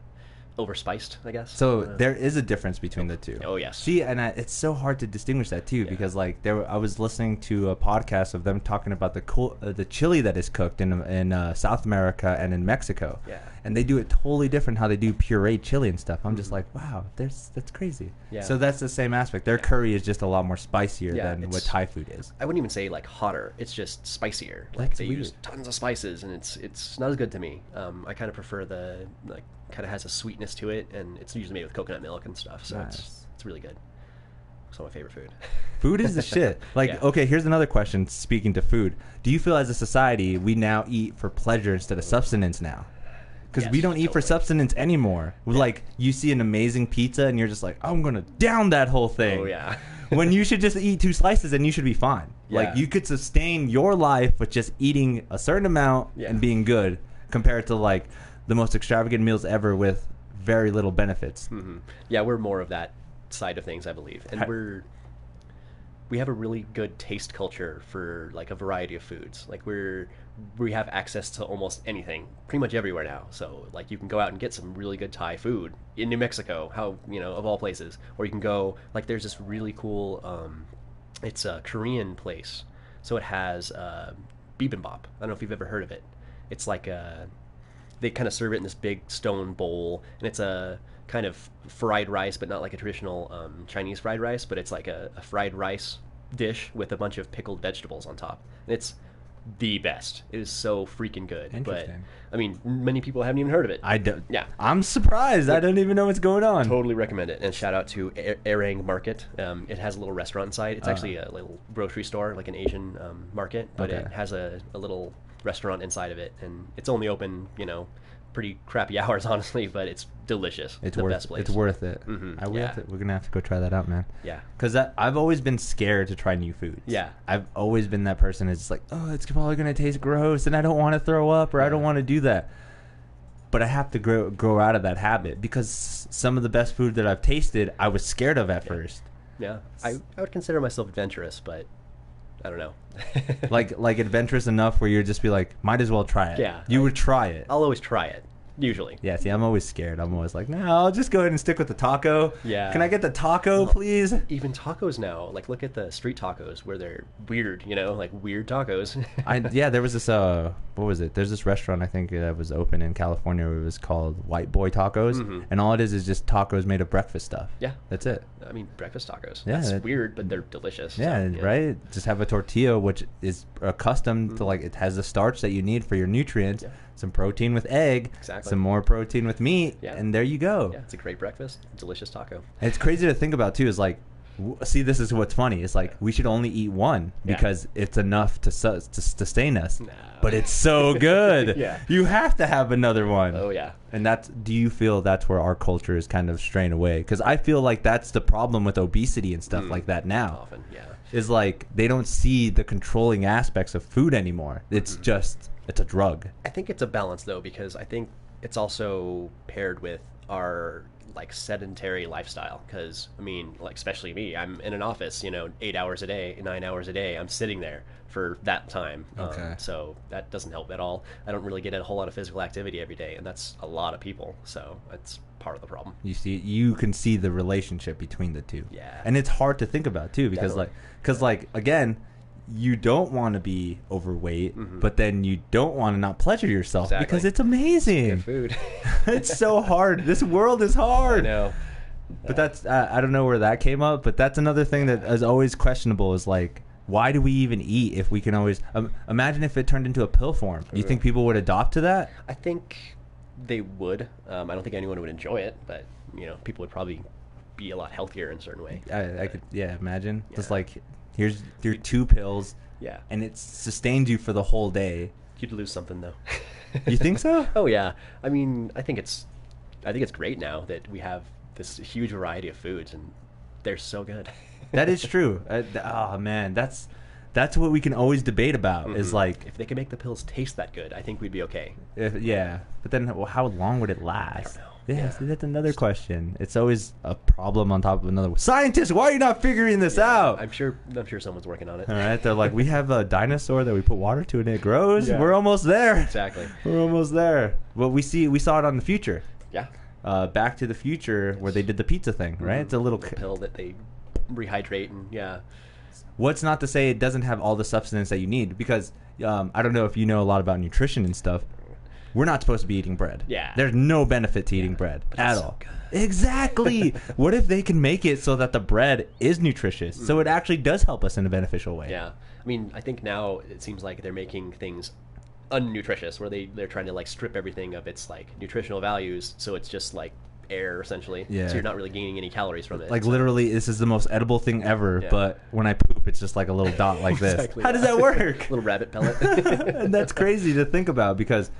B: overspiced, I guess.
A: So
B: Uh,
A: there is a difference between the two.
B: Oh, yes.
A: See, and I, it's so hard to distinguish that too because like there, were- I was listening to a podcast of them talking about the cool, uh, the chili that is cooked in in uh, South America and in Mexico.
B: Yeah.
A: And they do it totally different how they do puree chili and stuff. I'm just like, wow, there's that's crazy.
B: Mm-hmm. Yeah.
A: So that's the same aspect. Their curry is just a lot more spicier
B: Yeah,
A: than what
B: it's-
A: Thai food is.
B: I wouldn't even say like hotter. It's just spicier. Like
A: That's
B: they use
A: weird.
B: tons of spices, and it's it's not as good to me. Um, I kind of prefer the like kind of has a sweetness to it, and it's usually made with coconut milk and stuff. So
A: Nice.
B: it's it's really good. It's not my favorite food. [LAUGHS]
A: Food is the shit. Like,
B: Yeah.
A: okay, here's another question. Speaking to food, do you feel as a society we now eat for pleasure instead of substance now? Because we
B: Yes,
A: don't eat for
B: totally.
A: substance anymore. Like, you see an amazing pizza and you're just like, I'm gonna down that whole thing.
B: Oh, yeah.
A: [LAUGHS] when you should just eat two slices and you should be fine. Like,
B: Yeah.
A: you could sustain your life with just eating a certain amount
B: Yeah.
A: and being good compared to like the most extravagant meals ever with very little benefits.
B: Mhm. Yeah, we're more of that side of things, I believe, and
A: Ha-
B: we're we have a really good taste culture for like a variety of foods. Like we're we have access to almost anything, pretty much everywhere now. So like you can go out and get some really good Thai food in New Mexico, how you know of all places, or you can go like there's this really cool um, it's a Korean place, so it has uh, bibimbap. I don't know if you've ever heard of it. It's like a they kind of serve it in this big stone bowl, and it's a kind of fried rice, but not like a traditional um, Chinese fried rice, but it's like a, a fried rice dish with a bunch of pickled vegetables on top. And it's the best. It is so freaking good.
A: Interesting.
B: But I mean, many people haven't even heard of it.
A: I don't.
B: Yeah.
A: I'm surprised. I don't even know what's going on.
B: Totally recommend it. And shout out to A- Arang Market. Um, it has a little restaurant inside.
A: Ah.
B: It's actually a little grocery store, like an Asian um, market, but it
A: Okay.
B: has a, a little restaurant inside of it. And it's only open, you know, pretty crappy [LAUGHS] hours, honestly, but it's delicious.
A: It's
B: the
A: worth
B: best place.
A: it's worth it.
B: Mhm,
A: I, we have
B: yeah.
A: to, we're gonna have to go try that out, man.
B: Yeah.
A: because I've always been scared to try new foods.
B: Yeah.
A: I've always been that person. It's like, oh, it's probably gonna taste gross, and I don't want to throw up, or I don't want to do that. But I have to grow grow out of that habit because s- some of the best food that I've tasted, I was scared of at first.
B: Yeah. I, I would consider myself adventurous, but I don't know. [LAUGHS]
A: Like like adventurous enough where you'd just be like, might as well try it.
B: Yeah,
A: you
B: like-
A: would try it.
B: I'll always try it, usually.
A: Yeah, see, I'm always scared. I'm always like, no, I'll just go ahead and stick with the taco.
B: Yeah.
A: Can I get the taco, please?
B: Even tacos now, like look at the street tacos where they're weird, you know, like weird tacos. [LAUGHS]
A: I yeah, there was this uh, what was it? There's this restaurant I think that was open in California. It was called White Boy Tacos, and all it is is just tacos made of breakfast stuff.
B: Mm-hmm. Yeah.
A: that's it.
B: I mean, breakfast tacos.
A: Yeah,
B: That's
A: that-
B: weird, but they're delicious. so,
A: Yeah, right. Just have a tortilla, which is accustomed
B: Mm-hmm.
A: to like it has the starch that you need for your nutrients, some protein with egg,
B: Exactly.
A: some more protein with meat,
B: Yeah.
A: and there you go.
B: Yeah, it's a great breakfast. Delicious taco.
A: And it's crazy to think about too. Is like, w- see, this is what's funny. It's like we should only eat one
B: Yeah.
A: because it's enough to su- to sustain us. But it's so good.
B: [LAUGHS] Yeah.
A: you have to have another one.
B: Oh, yeah.
A: And that's do you feel that's where our culture is kind of straying away? Because I feel like that's the problem with obesity and stuff like that now.
B: Mm. Often, yeah.
A: Is like they don't see the controlling aspects of food anymore. It's just it's a drug.
B: I think it's a balance though because I think it's also paired with our like sedentary lifestyle because i mean like especially me i'm in an office you know eight hours a day nine hours a day i'm sitting there for that time
A: Okay.
B: um, so that doesn't help at all i don't really get a whole lot of physical activity every day and that's a lot of people so that's part of the problem
A: You see, you can see the relationship between the two.
B: Yeah.
A: and it's hard to think about too because
B: Definitely.
A: like, because like again, you don't want to be overweight, but then you don't want to not pleasure yourself
B: Mm-hmm. Exactly.
A: because it's amazing.
B: [LAUGHS] food
A: it's so hard. This world is
B: [LAUGHS] i
A: hard.
B: know
A: But that's uh, I don't know where that came up, but that's another thing that is always questionable is like why do we even eat if we can always um, imagine if it turned into a pill form? You think people would adopt to that?
B: I think they would. Um, I don't think anyone would enjoy it, but you know, people would probably be a lot healthier in a certain way.
A: I, I could yeah imagine just
B: Yeah.
A: like here's your two pills
B: Yeah.
A: and it sustained you for the whole day.
B: You'd lose something though. [LAUGHS]
A: You think so?
B: oh yeah. I mean, I think it's, I think it's great now that we have this huge variety of foods and they're so good. [LAUGHS]
A: that is true. Uh, th- oh man, that's that's what we can always debate about is
B: Mm-hmm.
A: like
B: if they could make the pills taste that good, I think we'd be okay.
A: if, yeah, but then well, how long would it last? Yeah,
B: Yeah.
A: see, that's another question. It's always a problem on top of another. Scientists, why are you not figuring this out?
B: I'm sure. I'm sure someone's working on
A: [LAUGHS]
B: it.
A: All right, they're like, we have a dinosaur that we put water to and it grows.
B: Yeah.
A: We're almost there.
B: Exactly.
A: We're almost there. Well, we see, we saw it on the future.
B: Yeah.
A: Uh, Back to the Future, where they did the pizza thing,
B: Mm-hmm.
A: right? It's a little.
B: The pill that they rehydrate and yeah.
A: What's not to say it doesn't have all the substance that you need? Because um, I don't know if you know a lot about nutrition and stuff. We're not supposed to be eating bread.
B: Yeah.
A: There's no benefit to eating bread at
B: it's so
A: all.
B: [LAUGHS]
A: Exactly. what if they can make it so that the bread is nutritious, so it actually does help us in a beneficial way?
B: Mm. Yeah, I mean, I think now it seems like they're making things unnutritious, where they they're trying to like strip everything of its like nutritional values, so it's just like air essentially.
A: Yeah.
B: So you're not really gaining any calories from it.
A: Like
B: so-
A: literally, this is the most edible thing ever.
B: Yeah.
A: But when I poop, it's just like a little dot like
B: [LAUGHS] Exactly,
A: this. How does that
B: yeah.
A: work?
B: little rabbit
A: [LAUGHS]
B: pellet. [LAUGHS]
A: and that's crazy to think about because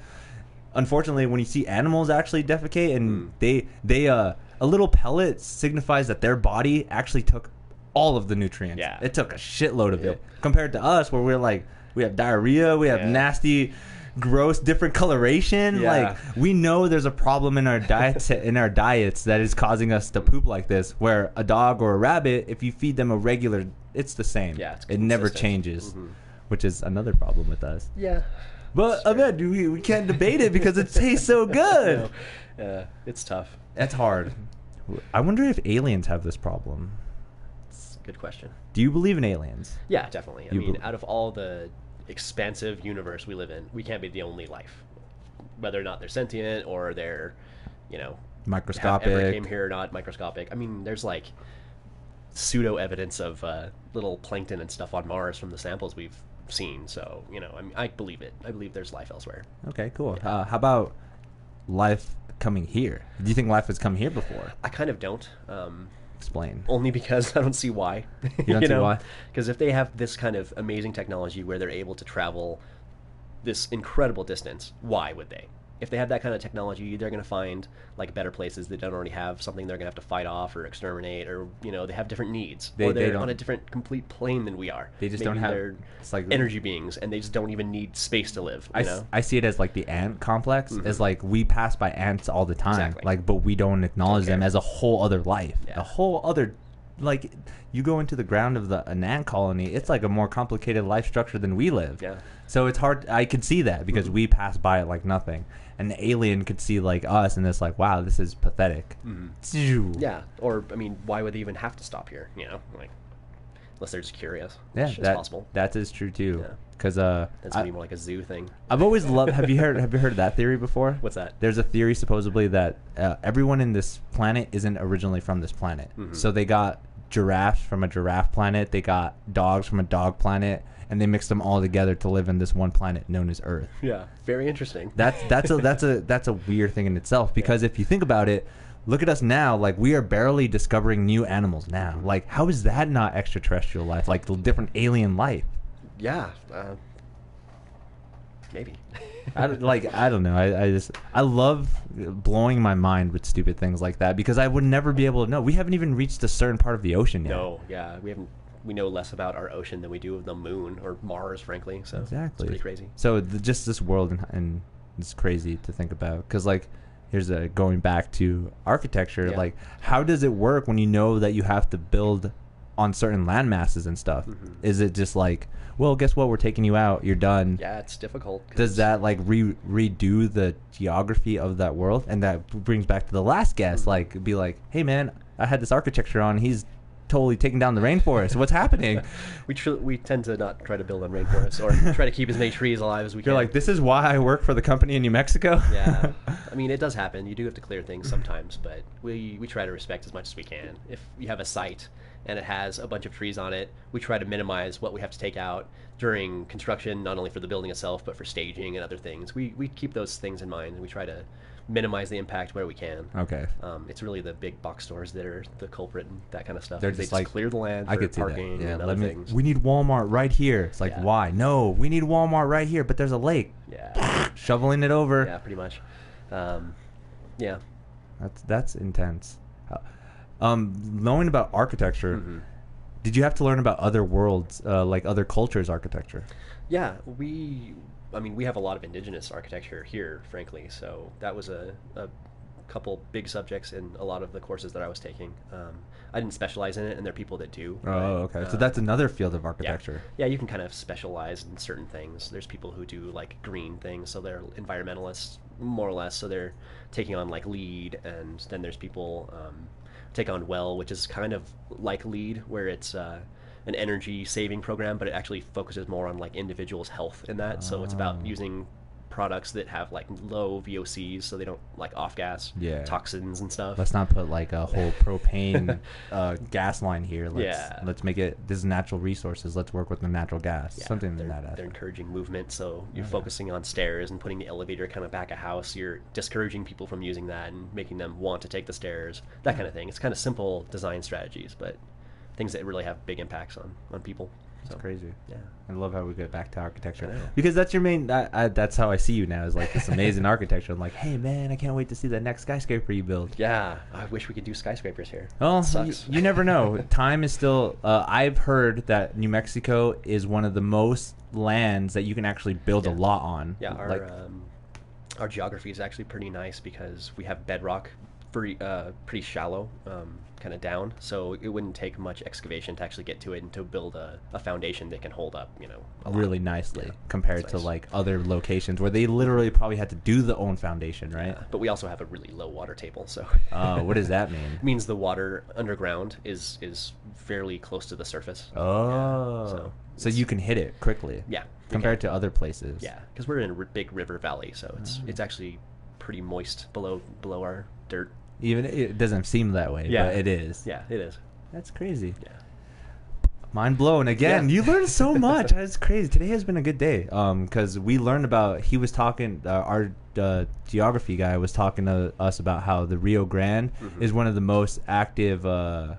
A: unfortunately when you see animals actually defecate
B: Hmm.
A: and they they uh a little pellet signifies that their body actually took all of the nutrients
B: Yeah.
A: it took a shitload of it
B: Yeah.
A: compared to us where we're like we have diarrhea we have
B: Yeah.
A: nasty gross different coloration
B: Yeah.
A: like we know there's a problem in our
B: [LAUGHS]
A: diet in our diets that is causing us to poop like this where a dog or a rabbit if you feed them a regular it's the same
B: Yeah, it's
A: it never
B: consistent. Mm-hmm.
A: changes which is another problem with us
B: yeah.
A: but Ahmed, we, we can't debate it because it tastes
B: [LAUGHS]
A: so good.
B: Uh, it's tough.
A: That's hard. I wonder if aliens have this problem.
B: It's a good question.
A: Do you believe in aliens?
B: Yeah, definitely. I
A: You
B: mean,
A: bel-
B: out of all the expansive universe we live in, we can't be the only life, whether or not they're sentient or they're, you know, have
A: Microscopic.
B: ever came here or not microscopic. I mean, there's like pseudo evidence of uh, little plankton and stuff on Mars from the samples we've seen. So you know, I mean, I believe it. I believe there's life elsewhere.
A: Okay, cool. Uh, how about life coming here? Do you think life has come here before?
B: I kind of don't, um,
A: Explain.
B: only because [LAUGHS] I don't see why. [LAUGHS] You
A: don't see why?
B: Because if they have this kind of amazing technology where they're able to travel this incredible distance, why would they? If they have that kind of technology, they're going to find like better places that don't already have something they're going to have to fight off or exterminate, or you know they have different needs,
A: They-
B: or
A: they
B: they're
A: don't-
B: on a different complete plane than we are.
A: They just
B: Maybe
A: don't have-
B: They're
A: it's like-
B: energy beings, and they just don't even need space to live. You
A: I, s-
B: know, Mm-hmm.
A: I see it as like the ant complex is like we pass by ants all the time,
B: Exactly.
A: like but we don't acknowledge them
B: care.
A: as a whole other life,
B: Yeah.
A: a whole other like you go into the ground of the an ant colony, it's like a more complicated life structure than we live.
B: Yeah. Mm-hmm.
A: So it's hard. I could see that because we pass by it like nothing. An alien could see like us and it's like, wow, this is pathetic.
B: Mm-hmm. yeah. Or I mean, why would they even have to stop here? You know, like unless they're just curious.
A: yeah,
B: which is
A: that,
B: possible.
A: That is true too.
B: Yeah.
A: Because uh,
B: That's
A: I-
B: gonna be more like a zoo thing.
A: I've always loved. Have you heard? Have you heard of that theory before?
B: What's that?
A: There's a theory supposedly that uh, everyone in this planet isn't originally from this planet.
B: Mm-hmm.
A: So they got giraffes from a giraffe planet. They got dogs from a dog planet, and they mixed them all together to live in this one planet known as Earth.
B: Yeah, very interesting.
A: That's that's a that's a that's a weird thing in itself because if you think about it, look at us now. Like we are barely discovering new animals now. Like how is that not extraterrestrial life? Like different alien life?
B: yeah, uh, maybe.
A: I don't, like I don't know. I, I just I love blowing my mind with stupid things like that because I would never be able to know. We haven't even reached a certain part of the ocean yet.
B: no, [LAUGHS] yeah, we haven't. We know less about our ocean than we do of the moon or Mars, frankly. So
A: exactly.
B: it's pretty crazy.
A: So the, just this world and, and it's crazy to think about because like here's a going back to architecture.
B: Yeah.
A: Like, how does it work when you know that you have to build on certain land masses and stuff?
B: Mm-hmm.
A: Is it just like, well, guess what? We're taking you out. You're done.
B: Yeah, it's difficult. 'cause
A: Does that like re- redo the geography of that world? And that brings back to the last
B: Mm-hmm.
A: guest. Like, be like, hey man, I had this architecture on. He's totally taking down the rainforest. What's
B: [LAUGHS]
A: happening?
B: we tr- we tend to not try to build on rainforests
A: [LAUGHS]
B: or try to keep as many trees alive as we
A: You're
B: can.
A: like, this is why I work for the company in New Mexico.
B: yeah, I mean it does happen. You do have to clear things sometimes, but we we try to respect as much as we can. If you have a site and it has a bunch of trees on it, we try to minimize what we have to take out during construction, not only for the building itself, but for staging and other things. We we keep those things in mind. and We try to minimize the impact where we can.
A: [LAUGHS] okay.
B: Um, it's really the big box stores that are the culprit and that kind of stuff.
A: They're
B: 'cause they
A: just
B: just
A: like-
B: clear the land for
A: I could see that.
B: parking
A: Yeah,
B: and
A: let
B: other
A: me.
B: things.
A: We need Walmart right here. It's like,
B: Yeah.
A: why? No, we need Walmart right here. But there's a lake.
B: yeah,
A: Shoveling it over.
B: yeah, pretty much. Um, yeah,
A: That's that's intense. Uh, Um, knowing about architecture,
B: Mm-hmm.
A: did you have to learn about other worlds, uh, like other cultures' architecture?
B: Yeah, we. I mean, we have a lot of indigenous architecture here, frankly. So that was a, a couple big subjects in a lot of the courses that I was taking. Um, I didn't specialize in it, and there are people that do.
A: Oh,
B: but,
A: okay. so
B: uh,
A: that's another field of
B: yeah.
A: architecture.
B: Yeah. you can kind of specialize in certain things. There's people who do like green things, so they're environmentalists more or less. So they're taking on like lead, and then there's people um, take on well, which is kind of like lead, where it's uh, an energy saving program, but it actually focuses more on like individuals' health in that. So it's about using products that have like low VOCs, so they don't like off gas,
A: Yeah.
B: toxins and stuff.
A: Let's not put like
B: [LAUGHS]
A: a whole propane uh, gas line here. Let's,
B: Yeah.
A: Let's make it. This is natural resources. Let's work with the natural gas.
B: Yeah,
A: Something
B: they're,
A: in that
B: they're
A: aspect.
B: encouraging movement so you're focusing on stairs and putting the elevator kind of back a house you're discouraging people from using that and making them want to take the stairs that kind of thing it's kind of simple design strategies but things that really have big impacts on on people so
A: It's crazy.
B: yeah
A: I love how we get back to
B: I
A: architecture
B: know.
A: because that's your main. I, I, that's how I see you now is like this
B: [LAUGHS]
A: amazing architecture. I'm like, hey man, I can't wait to see that next skyscraper you build.
B: yeah i wish we could do skyscrapers here
A: Well,
B: It sucks
A: You, you never
B: [LAUGHS]
A: know. Time is still. Uh, I've heard that New Mexico is one of the most lands that you can actually build a
B: Yeah.
A: lot on.
B: Yeah, our
A: like
B: um, our geography is actually pretty nice because we have bedrock pretty uh, pretty shallow, um, kind of down. So it wouldn't take much excavation to actually get to it and to build a, a foundation that can hold up. You know, a lot.
A: really nicely
B: Yeah,
A: compared
B: it's
A: to
B: nice.
A: like other locations where they literally probably had to do the own foundation, right?
B: But we also have a really low water table, so
A: Uh, what does that mean?
B: it [LAUGHS] means the water underground is is fairly close to the surface.
A: Oh, so,
B: so
A: you can hit it quickly.
B: Yeah, you
A: compared to other places.
B: Yeah, because we're in a r- big river valley, so it's it's actually pretty moist below below our dirt.
A: even it doesn't seem that way.
B: Yeah.
A: but it is.
B: Yeah, it is.
A: that's crazy.
B: Yeah.
A: Mind blown again.
B: Yeah.
A: You learned
B: [LAUGHS]
A: so much. That's crazy. Today has been a good day. Um, because we learned about he was talking. Uh, our uh, geography guy was talking to us about how the Rio Grande
B: Mm-hmm.
A: is one of the most active. Uh,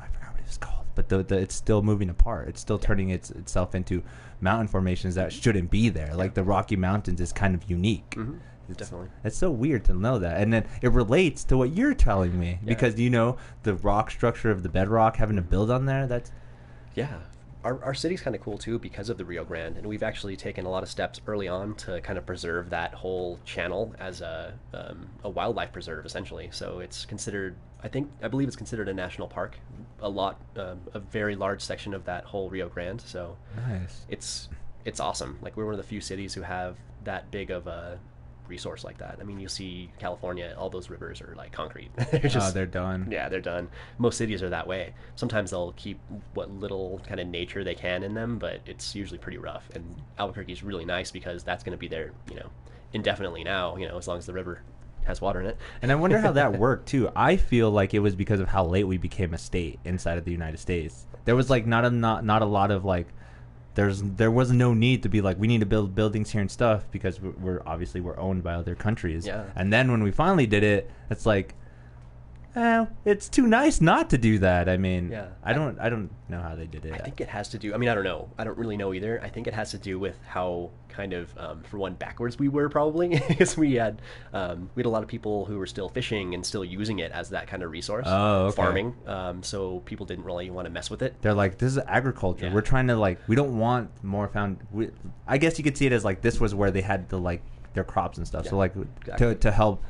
A: I forgot what it was called, but the, the, it's still moving apart. It's still turning its, itself into mountain formations that shouldn't be there. Like the Rocky Mountains is kind of unique. It's-
B: Mm-hmm. Definitely.
A: It's so weird to know that. And then it relates to what you're telling me
B: Yeah. Mm-hmm.
A: because you know the rock structure of the bedrock having to build on there. That's
B: Yeah. Our, our city's kind of cool too because of the Rio Grande, and we've actually taken a lot of steps early on to kind of preserve that whole channel as a, um, a wildlife preserve, essentially. So it's considered, I think, I believe it's considered a national park, a lot, um, a very large section of that whole Rio Grande. So
A: nice.
B: it's it's awesome. Like we're one of the few cities who have that big of a resource like that. I mean, you see California, all those rivers are like concrete. [LAUGHS] they're
A: oh,
B: just
A: they're done.
B: yeah, they're done. Most cities are that way. Sometimes they'll keep what little kind of nature they can in them, but it's usually pretty rough. And Albuquerque's really nice because that's going to be there, you know, indefinitely now, you know, as long as the river has water in it.
A: And I wonder how
B: [LAUGHS]
A: that worked too. I feel like it was because of how late we became a state inside of the United States. There was like not a not not a lot of like there's there was no need to be like we need to build buildings here and stuff because we're, we're obviously we're owned by other countries.
B: Yeah.
A: And then when we finally did it, it's like eh, it's too nice not to do that. I mean,
B: Yeah.
A: I don't I don't know how they did it.
B: I think it has to do. I mean, I don't know. I don't really know either. I think it has to do with how kind of, um, for one, backwards we were probably [LAUGHS] because we had um, we had a lot of people who were still fishing and still using it as that kind of resource.
A: Oh, okay.
B: farming. Um, so people didn't really want to mess with it.
A: they're like this is agriculture
B: Yeah.
A: we're trying to like we don't want more found we, i guess you could see it as like this was where they had the like their crops and stuff so
B: Yeah,
A: like to,
B: exactly.
A: to help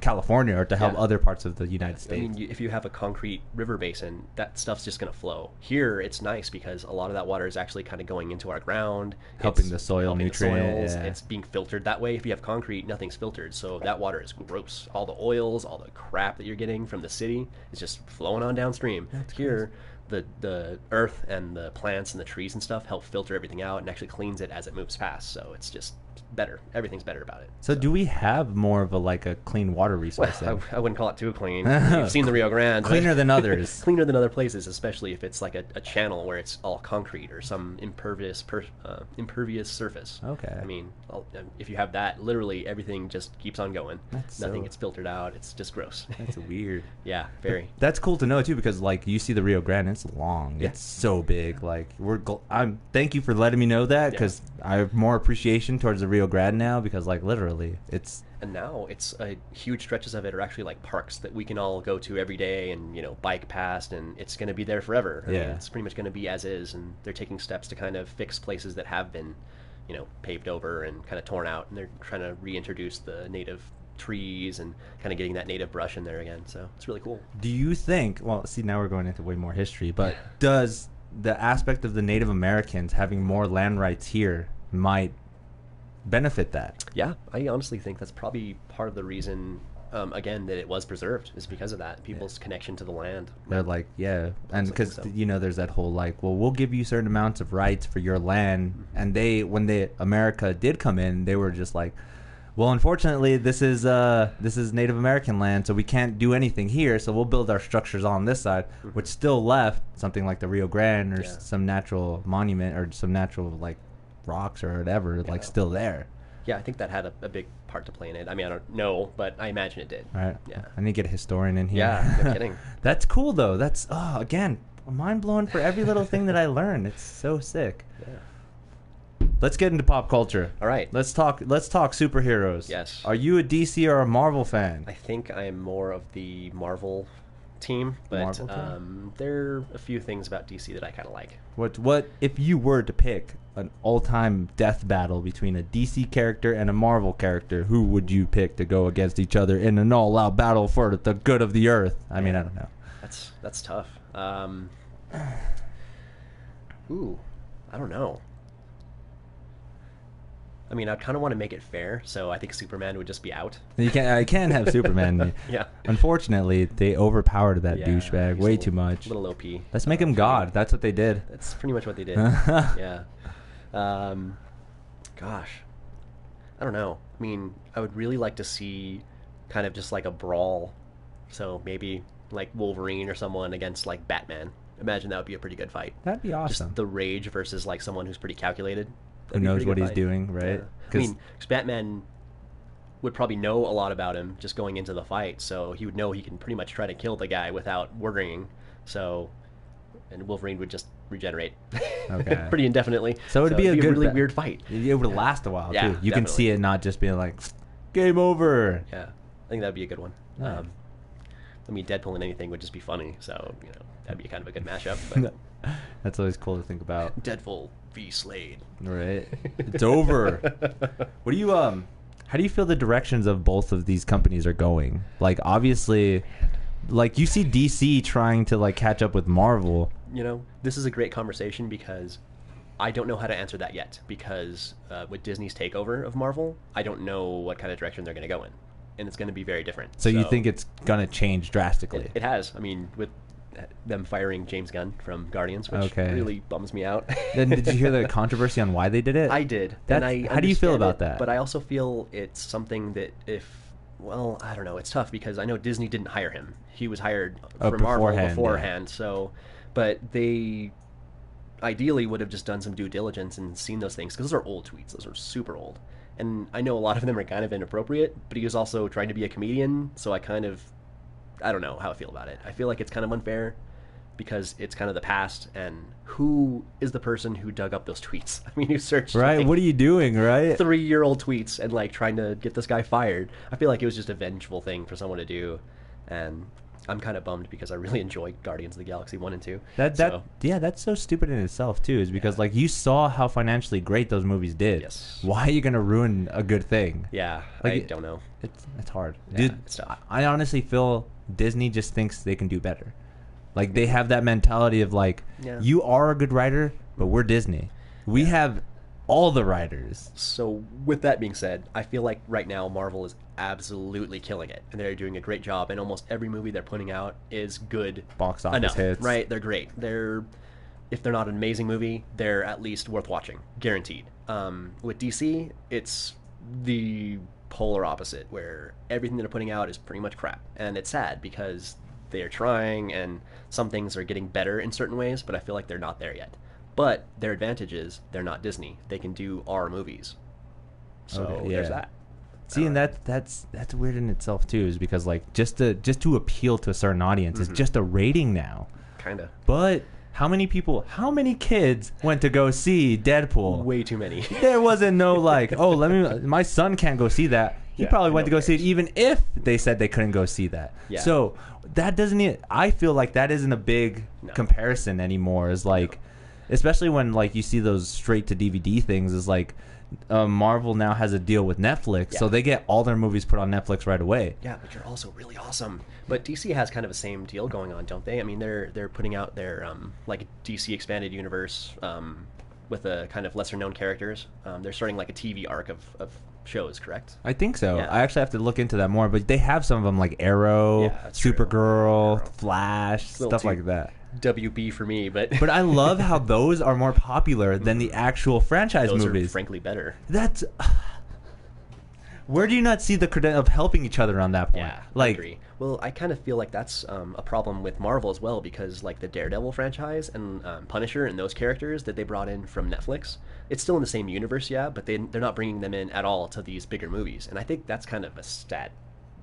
A: California or to help
B: Yeah.
A: other parts of the United
B: I
A: States.
B: mean, you, if you have a concrete river basin, that stuff's just going to flow. Here, it's nice because a lot of that water is actually kind of going into our ground,
A: Helping
B: It's
A: the soil
B: helping the
A: nutrient,
B: soils.
A: yeah.
B: It's being filtered that way. If you have concrete, nothing's filtered, so that water is gross. All the oils, all the crap that you're getting from the city is just flowing on downstream. Here, the the earth and the plants and the trees and stuff help filter everything out and actually cleans it as it moves past. So it's just better. Everything's better about it.
A: so, do we have more of a like a clean
B: [LAUGHS]
A: water resource?
B: I,
A: then?
B: I wouldn't call it
A: [LAUGHS]
B: too clean. You've seen the Rio Grande. but-
A: Cleaner
B: [LAUGHS]
A: than others.
B: cleaner than other places, especially if it's like a, a channel where it's all concrete or some impervious per, uh, impervious surface.
A: Okay.
B: I mean, I'll- um, if you have that, literally everything just keeps on going.
A: That's
B: Nothing
A: so-
B: gets filtered out. It's just gross.
A: That's weird.
B: [LAUGHS] yeah, very.
A: That's cool to know too, because like you see the Rio Grande, it's long,
B: Yeah.
A: it's so big. Like we're, gl- I'm. Thank you for letting me know that,
B: Yeah.
A: because I have more appreciation towards the Rio Grande now, because like literally, it's
B: And now it's uh, huge stretches of it are actually like parks that we can all go to every day and you know bike past, and it's going to be there forever. I mean,
A: Yeah.
B: it's pretty much going to be as is, and they're taking steps to kind of fix places that have been, you know, paved over and kind of torn out, and they're trying to reintroduce the native trees and kind of getting that native brush in there again. So it's really cool.
A: Do you think? Well, see, now we're going into way more history, but does the aspect of the Native Americans having more land rights here might benefit that?
B: Yeah, I honestly think that's probably part of the reason. Um, again, that it was preserved is because of that people's connection to the land.
A: They're like, yeah, and
B: Sounds like
A: because
B: so.
A: you know, there's that whole like, well, we'll give you certain amounts of rights for your land,
B: Mm-hmm.
A: and they, when they America did come in, they were just like, well, unfortunately, this is uh, this is Native American land, so we can't do anything here, so we'll build our structures on this side, which still left something like the Rio Grande or s-
B: Mm-hmm. Yeah.
A: some natural monument or some natural like rocks or whatever, like still there.
B: Yeah, I think that had a, a big part to play in it. I mean, I don't know, but I imagine it did.
A: All right.
B: Yeah.
A: I need to get a historian in here.
B: Yeah,
A: [LAUGHS]
B: no kidding.
A: That's cool though. That's oh, again, mind blowing for every little thing that I learned. It's so sick. Let's get into pop culture.
B: All right.
A: Let's talk let's talk superheroes.
B: Yes.
A: Are you a DC or a Marvel fan?
B: I think I am more of the Marvel team, but
A: Marvel team?
B: Um, there are a few things about DC that I kind of like.
A: What what if you were to pick an all-time death battle between a DC character and a Marvel character, who would you pick to go against each other in an all-out battle for the good of the earth? I mean, I don't know.
B: That's that's tough. Um, [SIGHS] ooh, I don't know. I mean, I kind of want to make it fair, so I think Superman would just be out.
A: You can I can have Superman.
B: [LAUGHS] Yeah.
A: Unfortunately, they overpowered that
B: Yeah,
A: douchebag
B: he's a
A: way
B: little-
A: too much.
B: Little OP.
A: Let's make him God. That's what they did.
B: That's pretty much what they
A: [LAUGHS]
B: did. yeah. Um, gosh, I don't know. I mean, I would really like to see kind of just like a brawl. So maybe like Wolverine or someone against like Batman. Imagine that would be a pretty good fight.
A: That'd be awesome.
B: Just the rage versus like someone who's pretty calculated.
A: Who
B: That'd be a
A: knows
B: pretty good
A: what he's
B: fight.
A: doing, right?
B: Yeah. I
A: 'Cause-
B: mean, 'cause Batman would probably know a lot about him just going into the fight, so he would know he can pretty much try to kill the guy without worrying. So, and Wolverine would just regenerate,
A: [LAUGHS]
B: [LAUGHS]
A: Okay.
B: pretty indefinitely.
A: So it'd be a good
B: really
A: ba-
B: weird fight.
A: It'd be able to last a while
B: Yeah,
A: too. You can
B: definitely.
A: see it not just being like, game over.
B: Yeah, I think that'd be a good one.
A: Nice.
B: Um, I mean, Deadpool and anything would just be funny, so you know that'd be kind of a good mashup.
A: [LAUGHS]
B: But
A: That's always cool to think about,
B: Deadpool v Slade.
A: right? It's
B: [LAUGHS]
A: over. What do you um? How do you feel the directions of both of these companies are going? Like obviously, like you see DC trying to like catch up with Marvel.
B: you know, this is a great conversation because I don't know how to answer that yet. Because uh, with Disney's takeover of Marvel, I don't know what kind of direction they're going to go in, and it's going to be very different.
A: So, you think it's gonna change drastically?
B: it, it has? I mean, with them firing James Gunn from Guardians, which
A: Okay.
B: really bums me out. [LAUGHS]
A: Then did you hear the controversy on why they did it?
B: I did.
A: That's,
B: and I
A: how do you feel
B: understand
A: about
B: it,
A: that?
B: But I also feel it's something that if well, I don't know. It's tough because I know Disney didn't hire him. He was hired
A: Oh,
B: for Marvel
A: beforehand, yeah.
B: beforehand. So, but they ideally would have just done some due diligence and seen those things because those are old tweets. Those are super old. And I know a lot of them are kind of inappropriate, but he was also trying to be a comedian, so I kind of I don't know how I feel about it. I feel like it's kind of unfair because it's kind of the past and who is the person who dug up those [LAUGHS] tweets? I mean, you searched
A: right?
B: like,
A: What are you doing? Right?
B: three-year-old tweets and like trying to get this guy fired. I feel like it was just a vengeful thing for someone to do, and I'm kind of bummed because I really [LAUGHS] enjoy Guardians of the Galaxy one and two.
A: That that
B: So,
A: yeah, that's so stupid in itself too, is because like you saw how financially great those movies did.
B: Yes.
A: Why are you gonna ruin a good thing?
B: yeah,
A: Like,
B: I
A: it-
B: don't know.
A: It's it's hard,
B: Yeah,
A: dude.
B: it's tough.
A: I honestly feel Disney just thinks they can do better. Like they have that mentality of like,
B: Yeah.
A: you are a good writer, but we're Disney. We have all the writers.
B: So, with that being said, I feel like right now Marvel is absolutely killing it, and they're doing a great job. And almost every movie they're putting out is good
A: Box office
B: enough,
A: hits.
B: right? They're great. They're if they're not an amazing movie, they're at least worth watching, guaranteed. Um, with DC, it's the polar opposite, where everything they're putting out is pretty much crap, and it's sad because they're trying, and some things are getting better in certain ways, but I feel like they're not there yet. But their advantage is they're not Disney; they can do our movies. So
A: Okay,
B: Oh, there's
A: yeah.
B: that.
A: See, and that that's that's weird in itself too, is because like just to just to appeal to a certain audience
B: Mm-hmm.
A: is just a rating now.
B: Kinda.
A: But how many people? How many kids went to go see Deadpool?
B: Way too many. [LAUGHS]
A: There wasn't no like, oh, let me. My son can't go see that. He
B: Yeah,
A: probably went to
B: nobody
A: go see it, even if they said they couldn't go see that.
B: Yeah.
A: So that doesn't. e- I feel like that isn't a big
B: No.
A: comparison anymore. Is like, especially when like you see those straight to DVD things. Is like, uh, Marvel now has a deal with Netflix, so
B: Yeah.
A: they get all their movies put on Netflix right away.
B: Yeah, but you're also really awesome. But DC has kind of the same deal going on, don't they? I mean, they're they're putting out their um, like DC expanded universe um, with a kind of lesser known characters. Um, they're starting like a TV arc of, of shows, correct?
A: I think so.
B: Yeah.
A: I actually have to look into that more, but they have some of them like Arrow,
B: Yeah, that's true.
A: Supergirl,
B: Arrow.
A: Flash,
B: little
A: stuff
B: too-
A: like that.
B: WB for me, but
A: But I love how those are more popular than the actual franchise
B: [LAUGHS] those are
A: movies.
B: frankly better.
A: that's [SIGHS] where do you not see the credit of helping each other on that point?
B: Yeah,
A: like
B: I agree. Well, I kind of feel like that's um, a problem with Marvel as well because like the Daredevil franchise and um, Punisher and those characters that they brought in from Netflix, it's still in the same universe, yeah, but they they're not bringing them in at all to these bigger movies, and I think that's kind of a sad,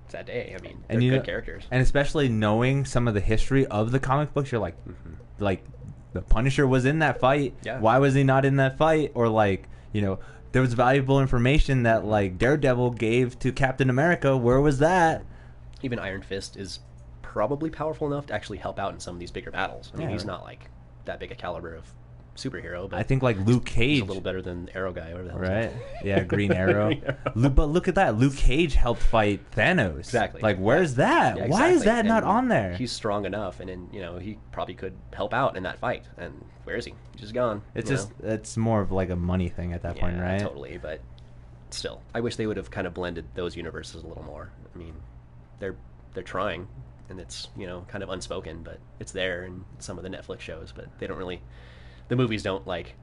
B: sad day. I mean, they're
A: you
B: good
A: know-
B: characters.
A: and especially knowing some of the history of the comic books, you're like, like the Punisher was in that fight.
B: Mm-hmm. Yeah.
A: Why was he not in that fight? Or like, you know, there was valuable information that like Daredevil gave to Captain America. Where was that?
B: Even Iron Fist is probably powerful enough to actually help out in some of these bigger battles. I mean,
A: Yeah.
B: he's not like that big a caliber of superhero, but
A: I think like Luke
B: he's
A: Cage.
B: a little better than Arrow guy, whatever the hell. his name
A: Right?
B: [LAUGHS] is.
A: Yeah, Green Arrow.
B: Green Arrow.
A: Lu- but look at that. Luke Cage helped fight Thanos.
B: Exactly.
A: Like, where's that?
B: Yeah,
A: Why is
B: exactly.
A: that not
B: And
A: on there?
B: He's strong enough, and then you know he probably could help out in that fight. And where is he? He's just gone.
A: It's
B: you
A: just,
B: know?
A: it's more of like a money thing at that point,
B: Yeah,
A: right?
B: Totally, but still, I wish they would have kind of blended those universes a little more. I mean, they're they're trying, and it's you know kind of unspoken, but it's there in some of the Netflix shows, but they don't really, the movies don't like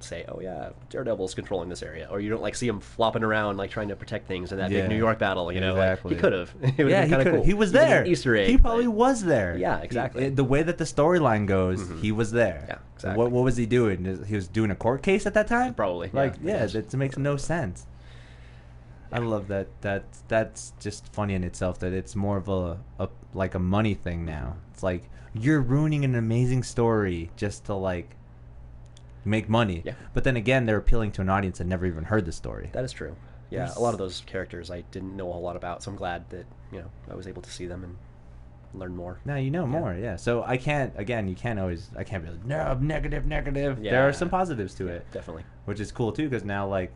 B: say oh yeah daredevil's controlling this area or you don't like see him flopping around like trying to protect things in that
A: Yeah.
B: big new york battle you know like,
A: Exactly.
B: he could have [LAUGHS] it would
A: Yeah,
B: have
A: he
B: been kind
A: could.
B: of cool
A: He was
B: Even an
A: there.
B: easter egg
A: He probably
B: but-
A: was there.
B: Yeah,
A: He- eh,
B: exactly. Mm-hmm.
A: the way that the storyline goes, he was there.
B: Yeah, exactly.
A: What, what was he doing? He was doing a court case at that time.
B: Probably,
A: Like,
B: yeah, I
A: yeah,
B: guess.
A: that makes no sense. I love that. That that's just funny in itself. That it's more of a, a like a money thing now. It's like you're ruining an amazing story just to like make money.
B: Yeah.
A: But then again, they're appealing to an audience that never even heard the story.
B: That is true. Yeah, a lot of those characters I didn't know a whole lot about, so I'm glad that you know I was able to see them and learn more.
A: Now you know more, yeah. So I can't. Again, you can't always. I can't be like no, negative, negative. There
B: Yeah.
A: are some positives to it,
B: Definitely.
A: which is cool too, because now like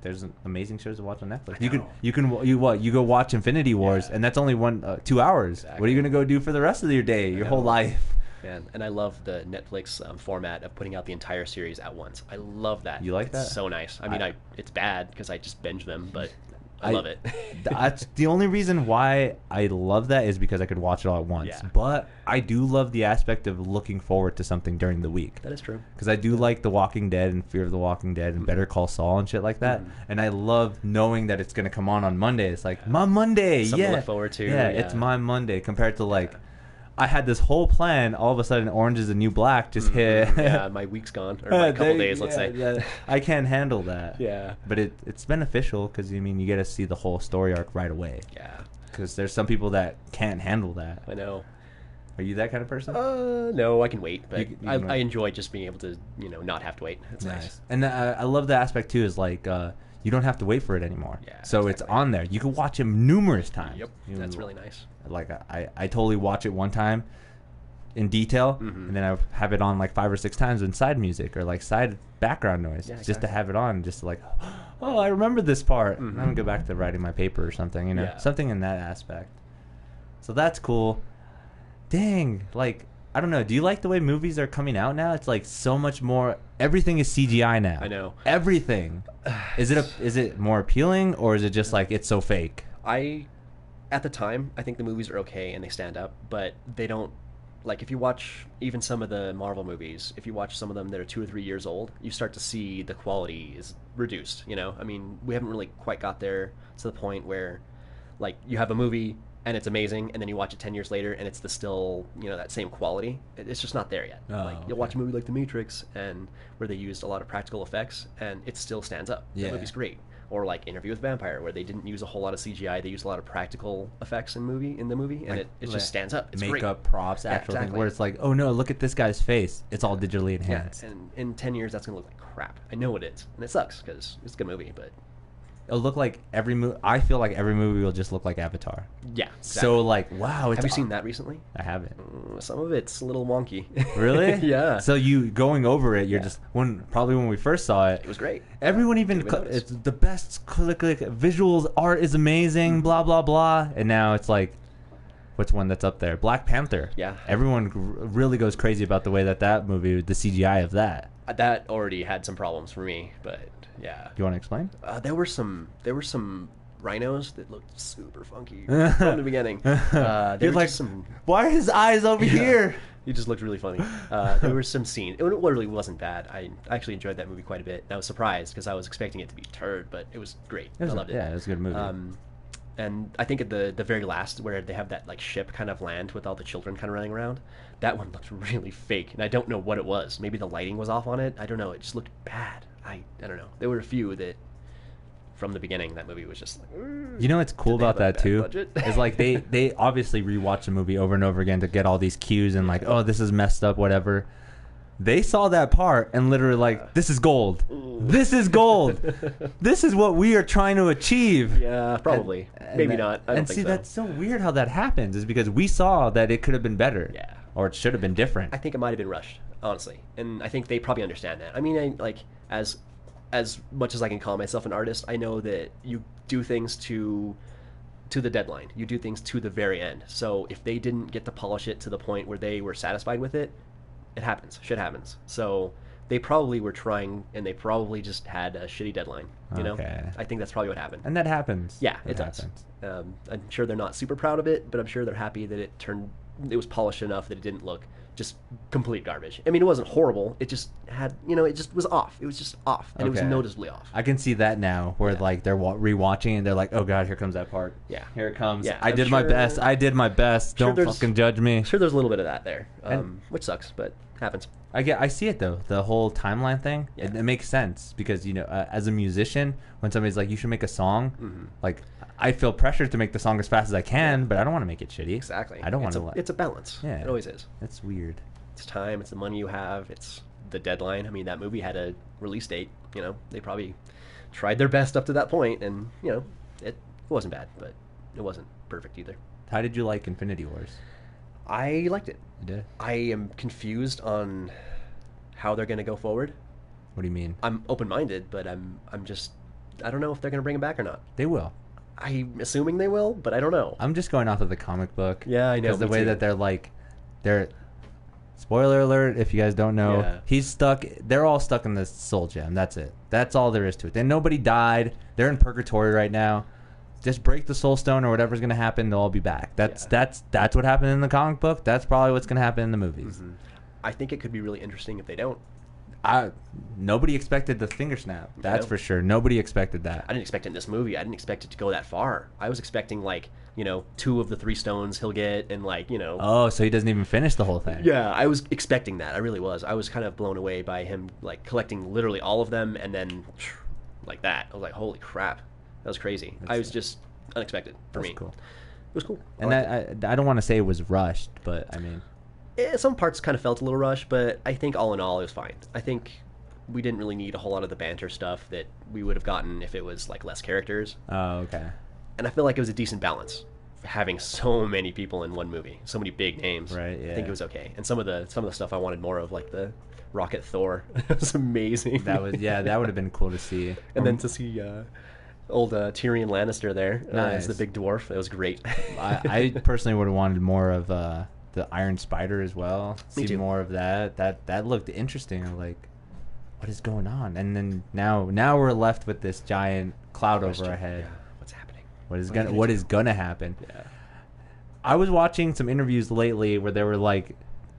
A: there's amazing shows to watch on Netflix.
B: I
A: You can
B: know.
A: you can you what you go watch Infinity Wars,
B: Yeah.
A: and that's only one uh, two hours. What are
B: Exactly.
A: you gonna go do for the rest of your day, your whole
B: know.
A: life? [LAUGHS]
B: Man, and I love the Netflix um, format of putting out the entire series at once. I love that.
A: You like
B: It's
A: that?
B: So nice. I mean,
A: I-
B: I, it's bad because I just binge them, but I,
A: [LAUGHS]
B: love it.
A: that's the only reason why I love that is because I could watch it all at once.
B: Yeah.
A: But I do love the aspect of looking forward to something during the week.
B: that is true.
A: because I do like The Walking Dead and Fear of the Walking Dead and Better Call Saul and shit like that.
B: Mm-hmm.
A: And I love knowing that it's gonna come on on Monday. It's like my Monday,
B: Something
A: yeah.
B: to look forward to,
A: Yeah, it's
B: yeah.
A: my Monday compared to like I had this whole plan. All of a sudden, Orange is the New Black just hit. [LAUGHS]
B: Mm-hmm, yeah, my week's gone, or my couple
A: They-
B: days, let's
A: Uh, yeah,
B: say.
A: yeah. I can't handle that.
B: Yeah.
A: but it it's beneficial because I mean you get to see the whole story arc right away.
B: [LAUGHS] Yeah,
A: Because there's some people that can't handle that.
B: I know.
A: Are you that kind of person?
B: Uh, no, I can wait, but
A: You c- you
B: I,
A: can wait.
B: I enjoy just being able to, you know, not have to wait. It's nice.
A: And uh, I love the aspect too is like uh, you you don't have to wait for it anymore.
B: Yeah,
A: so it's on there. You can watch him numerous times.
B: Yep,
A: You-
B: that's really nice.
A: Like I, I totally watch it one time in detail,
B: Mm-hmm.
A: and then I have it on like five or six times in side music or like side background noise,
B: Yeah,
A: just to
B: exactly.
A: have it on, just to like, [GASPS] oh, I remember this part. and I'm gonna go back to writing my paper or something, you know,
B: Mm-hmm. Yeah.
A: something in that aspect. So that's cool. Dang, like I don't know. Do you like the way movies are coming out now? It's like so much more. Everything is CGI now.
B: I know. [SIGHS]
A: everything. Is it a, is it more appealing or is it just like it's so fake?
B: I, at the time, I think the movies are okay and they stand up, but they don't. Like if you watch even some of the Marvel movies, if you watch some of them that are two or three years old, you start to see the quality is reduced. You know, I mean, we haven't really quite got there to the point where, like, you have a movie and it's amazing, and then you watch it ten years later and it's the still, you know, that same quality. It- It's just not there yet.
A: Oh,
B: like
A: okay.
B: you'll watch a movie like The Matrix and where they used a lot of practical effects, and it still stands up.
A: Yeah.
B: The movie's great. Or like Interview with Vampire, where they didn't use a whole lot of CGI, they used a lot of practical effects in movie in the movie, and
A: Like,
B: it, it
A: like
B: just stands up. It's great.
A: Makeup, props,
B: Yeah,
A: actual thing.
B: exactly.
A: Where it's like, oh no, look at this guy's face. It's all digitally
B: Yeah,
A: enhanced.
B: and in ten years, that's gonna look like crap. I know it is, and it sucks because it's a good movie, but
A: It'll look like every movie. I feel like every movie will just look like Avatar.
B: yeah.
A: So like, wow. It's
B: have you seen that recently?
A: I haven't.
B: Mm, Some of it's a little wonky. [LAUGHS]
A: Really?
B: yeah.
A: So you going over it? You're
B: Yeah.
A: just when probably when we first saw it.
B: it was great.
A: Everyone even
B: Didn't
A: cl-
B: even notice.
A: it's the best click click visuals art is amazing blah blah blah and now it's like what's one that's up there Black Panther
B: Yeah.
A: everyone gr- really goes crazy about the way that that movie the CGI of that
B: Uh, That already had some problems for me, but yeah.
A: you want to explain
B: Uh, there were some there were some rhinos that looked super funky
A: [LAUGHS]
B: from the beginning. Uh, there
A: you're
B: were
A: like
B: just some
A: why are his eyes over
B: Yeah.
A: here
B: He just looked really funny. Uh, there were some scenes. It really wasn't bad. I actually enjoyed that movie quite a bit. And I was surprised because I was expecting it to be turd, but it was great.
A: It was
B: I
A: a-
B: loved it.
A: yeah, it was a good movie.
B: Um, and I think at the the very last, where they have that like ship kind of land with all the children kind of running around, that one looked really fake. And I don't know what it was. Maybe the lighting was off on it. I don't know. It just looked bad. I I don't know. There were a few that from the beginning that movie was just like. "Ooh."
A: you know what's cool
B: Did they
A: about
B: have a
A: that
B: bad
A: too [LAUGHS]
B: budget?
A: is like they they obviously rewatch the movie over and over again to get all these cues and like oh this is messed up whatever they saw that part and literally like this is gold this is
B: [LAUGHS]
A: gold this is what we are trying to achieve
B: Yeah, probably.
A: And
B: Maybe
A: that-
B: not. I don't
A: and
B: think
A: see,
B: so.
A: that's so weird how that happens is because we saw that it could have been better,
B: Yeah.
A: or it should have been different.
B: I think it might have been rushed, honestly, and I think they probably understand that. I mean, I, like as as much as I can call myself an artist, I know that you do things to to the deadline. You do things to the very end. So if they didn't get to polish it to the point where they were satisfied with it, it happens. Shit happens. So they probably were trying, and they probably just had a shitty deadline. You
A: Okay.
B: know, I think that's probably what happened.
A: and that happens.
B: Yeah,
A: That
B: it does.
A: happens.
B: Um, I'm sure they're not super proud of it, but I'm sure they're happy that it turned. It was polished enough that it didn't look just complete garbage. I mean, it wasn't horrible. It just had, you know, it just was off. It was just off, and it
A: Okay.
B: was noticeably off.
A: I can see that now, where like they're wa- rewatching and they're like, "Oh God, here comes that part.
B: Yeah.
A: here it comes.
B: Yeah,
A: I
B: I'm
A: did my
B: sure-
A: best. I did my best.
B: sure
A: Don't
B: there's-
A: fucking judge me."
B: I'm sure there's a little bit of that there, um,
A: And-
B: which sucks, but happens.
A: I get, I see it though. The whole timeline thing, it,
B: Yeah.
A: it makes sense because you know, uh, as a musician, when somebody's like, "You should make a song,"
B: Mm-hmm.
A: like I feel pressured to make the song as fast as I can, but I don't want to make it shitty.
B: Exactly.
A: I don't want
B: It's
A: to.
B: a- It's a balance.
A: Yeah.
B: It always is.
A: That's weird.
B: It's time. It's the money you have. It's the deadline. I mean, that movie had a release date. You know, they probably tried their best up to that point, and you know, it, it wasn't bad, but it wasn't perfect either.
A: How did you like Infinity Wars?
B: I liked it.
A: You did?
B: I am confused on how they're going to go forward.
A: What do you mean?
B: I'm open-minded, but I'm I'm just I don't know if they're going to bring him back or not.
A: They will.
B: I'm assuming they will, but I don't know.
A: I'm just going off of the comic book.
B: Yeah, I know,
A: Because the
B: me
A: way
B: too.
A: that they're like, they're. Spoiler alert! If you guys don't know,
B: Yeah.
A: he's stuck. They're all stuck in this soul gem. That's it. That's all there is to it. Then nobody died. They're in purgatory right now. Just break the soul stone or whatever's gonna happen. They'll all be back. That's
B: Yeah.
A: that's that's what happened in the comic book. That's probably what's gonna happen in the movies.
B: Mm-hmm. I think it could be really interesting if they don't.
A: I nobody expected the finger snap. That's
B: No.
A: for sure. Nobody expected that.
B: I didn't expect it in this movie. I didn't expect it to go that far. I was expecting like, you know, two of the three stones he'll get and like, you know,
A: oh, so he doesn't even finish the whole thing.
B: Yeah, I was expecting that. I really was. I was kind of blown away by him like collecting literally all of them and then like that. I was like, "Holy crap, that was crazy." I was just unexpected for
A: That's
B: me.
A: cool.
B: It was cool. I
A: And
B: liked
A: that, I, I don't want to say it was rushed, but I mean,
B: it. Eh, some parts kind of felt a little rushed, but I think all in all, it was fine. I think we didn't really need a whole lot of the banter stuff that we would have gotten if it was like less characters.
A: Oh, okay.
B: And I feel like it was a decent balance for having so [LAUGHS] many people in one movie, so many big names.
A: Right,
B: I think
A: yeah.
B: it was okay. And some of the some of the stuff I wanted more of, like the Rocket Thor, [LAUGHS] it was amazing.
A: That was yeah. That would have been cool to see.
B: [LAUGHS] and then to see uh, old uh, Tyrion Lannister there uh, as the
A: Nice.
B: big dwarf, that
A: [LAUGHS]
B: was great.
A: I, I personally would have wanted more of uh, the Iron Spider as well. See
B: too.
A: more of that. That that looked interesting. I'm like, what is going on? And then now now we're left with this giant cloud over our head.
B: Yeah, what's happening?
A: What is
B: are you
A: gonna
B: gonna
A: what
B: do?
A: is gonna happen?
B: Yeah.
A: I was watching some interviews lately where they were like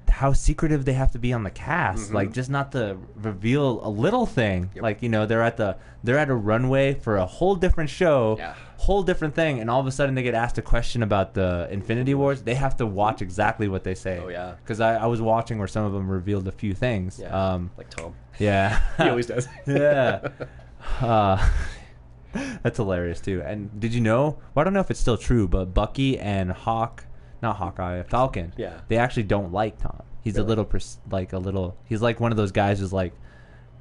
A: how secretive they have to be on the cast
B: Mm-hmm.
A: like just not to reveal a little thing like you know they're at the they're at a runway for a whole different show
B: Yeah.
A: whole different thing and all of a sudden they get asked a question about the infinity wars they have to watch exactly what they say
B: Oh, yeah.
A: because I, I was watching where some of them revealed a few things
B: Yeah,
A: um
B: like Tom.
A: yeah
B: [LAUGHS] He always does.
A: [LAUGHS]
B: [LAUGHS]
A: yeah. Uh, that's hilarious too. And did you know? Well, I don't know if it's still true, but Bucky and Hawk, not Hawkeye, uh, Falcon.
B: Yeah.
A: They actually don't like Tom. He's a
B: Really?
A: little pers- like a little. He's like one of those guys who's like,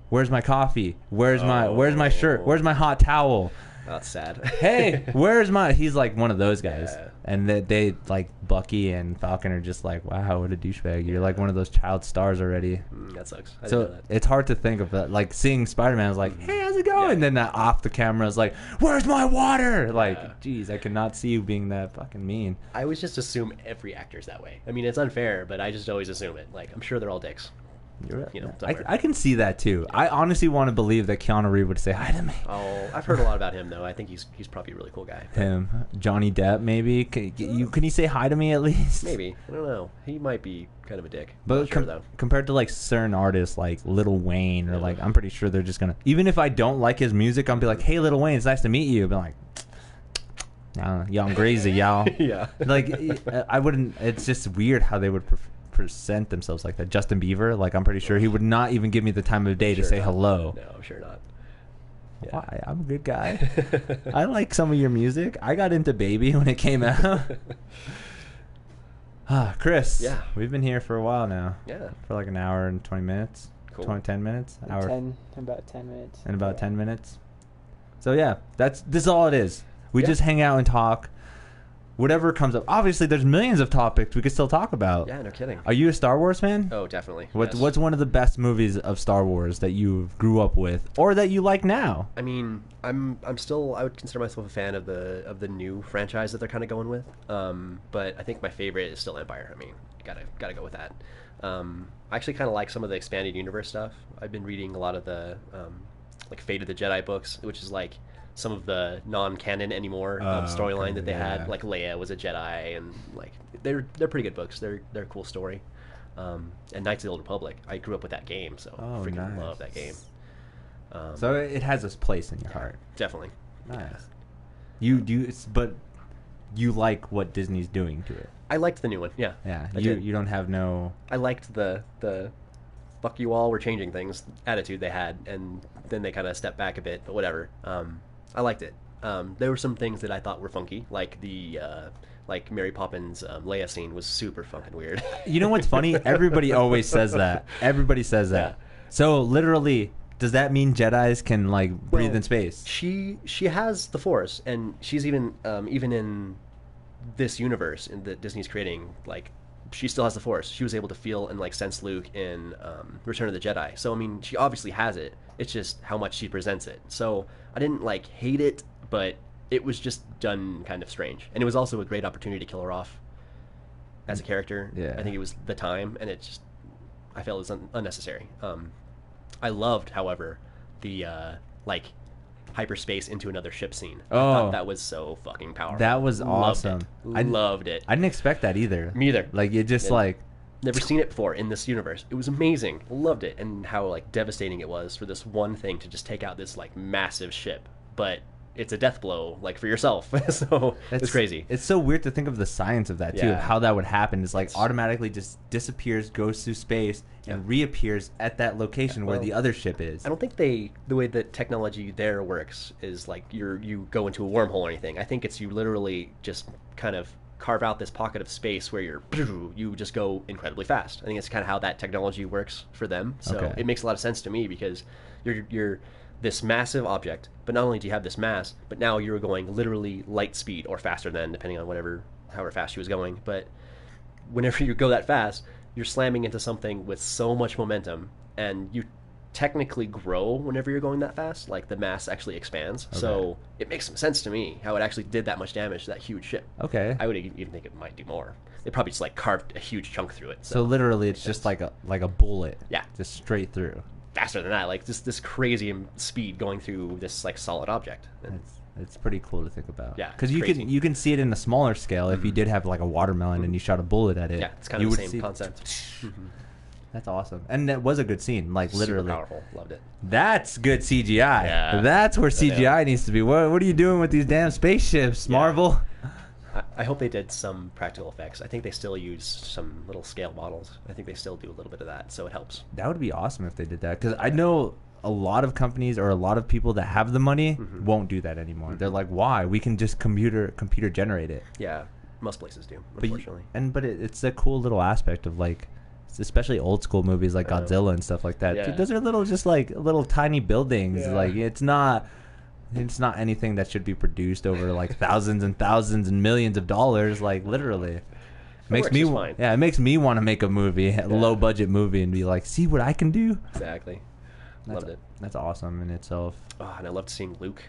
A: "Where's my coffee? Where's my Where's my shirt?
B: Oh.
A: Where's my hot towel?
B: That's sad. [LAUGHS]
A: Hey, where's my?" He's like one of those guys.
B: Yeah.
A: And that they like Bucky and Falcon are just like, "Wow, what a douchebag! You're like one of those child stars already."
B: Mm, that sucks. I didn't know
A: So
B: that. Mm-hmm.
A: it's hard to think of that. Like seeing Spider Man is like, hey, how's it going? And then that off the camera is like, where's my water? Like, geez, I cannot see you being that fucking mean.
B: I always just assume every actor's that way. I mean, it's unfair, but I just always assume it. Like, I'm sure they're all dicks.
A: You're right.
B: You know,
A: I,
B: somewhere.
A: I can see that too. I honestly want to believe that Keanu Reeves would say hi to me.
B: Oh, I've heard a lot about him though. I think he's he's probably a really cool guy.
A: Him, Johnny Depp, maybe. Can, you can he say hi to me at least?
B: Maybe I don't know. He might be kind of a dick.
A: But
B: Not sure
A: com-
B: though.
A: [LAUGHS] compared to like certain artists like Little Wayne or like I'm pretty sure they're just gonna even if I don't like his music, I'll be like, Hey Little Wayne, it's nice to meet you. But like "Nah, y'all crazy, y'all.
B: [LAUGHS] Yeah.
A: Like I- I wouldn't it's just weird how they would pre- present themselves like that. Justin Bieber, like I'm pretty sure he would not even give me the time of day to
B: Sure
A: say
B: not.
A: hello.
B: No, I'm sure not.
A: Why? I'm a good guy. [LAUGHS] I like some of your music. I got into Baby when it came out.
B: [LAUGHS]
A: ah, Chris.
B: Yeah.
A: We've been here for a while now.
B: Yeah. [LAUGHS]
A: For like an hour and 20 minutes.
B: Cool.
A: 20, 10 minutes. Hour
H: Ten about ten minutes.
A: in about 10 minutes. So yeah, that's this is all it is. We
B: Yeah.
A: just hang out and talk. Whatever comes up. Obviously, there's millions of topics we could still talk about.
B: Yeah, no kidding.
A: Are you a Star Wars fan?
B: Oh, definitely.
A: What's
B: yes.
A: what's one of the best movies of Star Wars that you grew up with or that you like now?
B: I mean, I'm I'm still I would consider myself a fan of the of the new franchise that they're kind of going with. Um, but I think my favorite is still Empire. I mean, gotta gotta go with that. Um, I actually kind of like some of the expanded universe stuff. I've been reading a lot of the um, like Fate of the Jedi books, which is like some of the non-canon anymore um,
A: Oh,
B: storyline
A: okay,
B: that they
A: yeah.
B: had. Like Leia was a Jedi, and like they're they're pretty good books. They're they're a cool story. Um, and Knights of the Old Republic. I grew up with that game, so
A: Oh,
B: freaking
A: nice.
B: love that game. Um,
A: So it has its place in your heart.
B: definitely.
A: Nice. You do, you- it's, but you like what Disney's doing to it.
B: I liked the new one. Yeah.
A: Yeah,
B: I
A: you
B: did.
A: you don't have no.
B: I liked the the fuck you all. We're changing things attitude they had, and then they kind of stepped back a bit. But whatever. Um, I liked it. Um, there were some things that I thought were funky, like the uh, like Mary Poppins um, Leia scene was super fucking weird. [LAUGHS]
A: You know what's funny? Everybody always says that. Everybody says that. So literally, does that mean Jedi's can like breathe
B: Well,
A: in space?
B: she she has the force and she's even um, even in this universe in that disney's creating like she still has the force she was able to feel and like sense luke in um, return of the jedi so i mean she obviously has it it's just how much she presents it so i didn't like hate it but it was just done kind of strange and it was also a great opportunity to kill her off as a character
A: Yeah.
B: i think it was the time and it just i felt it was un- unnecessary um, I loved, however, the uh, like hyperspace into another ship scene. I
A: Oh.
B: thought that was so fucking powerful.
A: That was
B: Loved it.
A: awesome. I-
B: Loved it.
A: I didn't expect that either.
B: Me either.
A: Like it just
B: Yeah.
A: like
B: Never seen it before in this universe. It was amazing. Loved it, and how like devastating it was for this one thing to just take out this like massive ship. But it's a death blow, like for yourself. [LAUGHS] so it's crazy.
A: It's so weird to think of the science of that too.
B: Yeah.
A: of How that would happen It's like automatically just disappears, goes through space, and reappears at that location where
B: well,
A: the other ship is.
B: I don't think they the way that technology there works is like you're you go into a wormhole or anything. I think it's you literally just kind of carve out this pocket of space where you're [LAUGHS] you just go incredibly fast. I think it's kind of how that technology works for them. So
A: Okay.
B: it makes a lot of sense to me because you're you're this massive object, but not only do you have this mass, but now you're going literally light speed or faster than depending on whatever however fast she was going, but whenever [LAUGHS] you go that fast, you're slamming into something with so much momentum, and you technically grow whenever you're going that fast. Like the mass actually expands, so it makes some sense to me how it actually did that much damage to that huge ship.
A: Okay.
B: I would e- even think it might do more. They probably just like carved a huge chunk through it. So,
A: so literally, it's just like a like a bullet.
B: Yeah.
A: Just straight through.
B: faster than that, like just this crazy m- speed going through this like solid object. And
A: It's it's pretty cool to think about.
B: Yeah,
A: Because you
B: crazy. Mm-hmm.
A: can you can see it in a smaller scale. If you did have like a watermelon and you shot a bullet at it,
B: yeah, it's kind
A: you
B: of the
A: would see-
B: same concept.
A: That's awesome, and that was a good scene. Like literally,
B: Super powerful. Loved it.
A: That's good CGI.
B: Yeah.
A: That's where CGI needs to be. What, what are you doing with these damn spaceships, Marvel?
B: I, I hope they did some practical effects. I think they still use some little scale models. I think they still do a little bit of that, so it helps.
A: That would be awesome if they did that. Because I know a lot of companies or a lot of people that have the money
B: Mm-hmm.
A: won't do that anymore. They're like, why? We can just computer computer generate it.
B: Yeah, most places do,
A: But you-
B: unfortunately.
A: and but it, it's a cool little aspect of like, s- especially old school movies like
B: I know.
A: Godzilla and stuff like that.
B: Yeah.
A: Dude, those are little, just like little tiny buildings.
B: Yeah.
A: Like it's not. It's not anything that should be produced over like
B: [LAUGHS]
A: thousands and thousands and millions of dollars. Like literally, makes
B: works
A: me
B: just
A: wa-
B: fine.
A: yeah, it makes me want to make a movie, a low budget movie, and be like, see what I can do.
B: exactly.
A: That's-
B: Loved it.
A: That's awesome in itself.
B: Oh, and I loved seeing Luke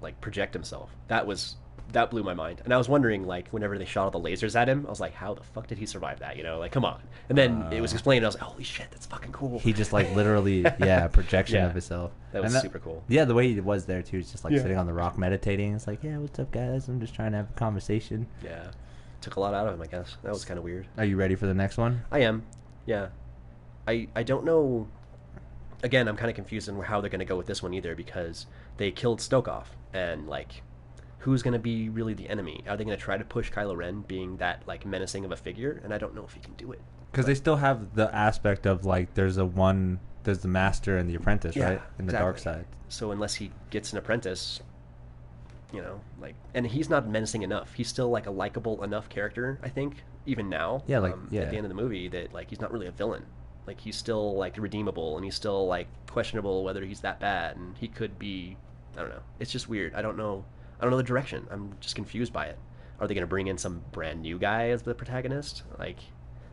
B: like project himself. That was that blew my mind. And I was wondering, like, whenever they shot all the lasers at him, I was like, how the fuck did he survive that? You know, like, come on. And then it was explained, and I was like, holy shit, that's fucking cool.
A: He just like
B: [LAUGHS]
A: literally, yeah, projection
B: Yeah.
A: of himself.
B: That was
A: And
B: super cool.
A: Yeah, the way he was there too, just like sitting on the rock meditating. It's like, yeah, what's up, guys? I'm just trying to have a conversation.
B: yeah. Took a lot out of him, I guess. That was kind of weird.
A: Are you ready for the next one?
B: I am. Yeah. I I don't know. Again, I'm kind of confused on how they're going to go with this one either because they killed Snoke off and like who's going to be really the enemy? Are they going to try to push Kylo Ren being that like menacing of a figure and I don't know if he can do it.
A: Because they still have the aspect of like, there's a one, there's the master and the apprentice, right? In the dark
B: exactly.
A: side.
B: So unless he gets an apprentice, you know, like and he's not menacing enough. He's still like a likable enough character, I think, even now. Um,
A: Yeah, like- yeah.
B: at the end of the movie that like he's not really a villain. Like he's still like redeemable and he's still like questionable whether he's that bad and he could be I don't know. It's just weird. I don't know I don't know the direction. I'm just confused by it. Are they gonna bring in some brand new guy as the protagonist? Like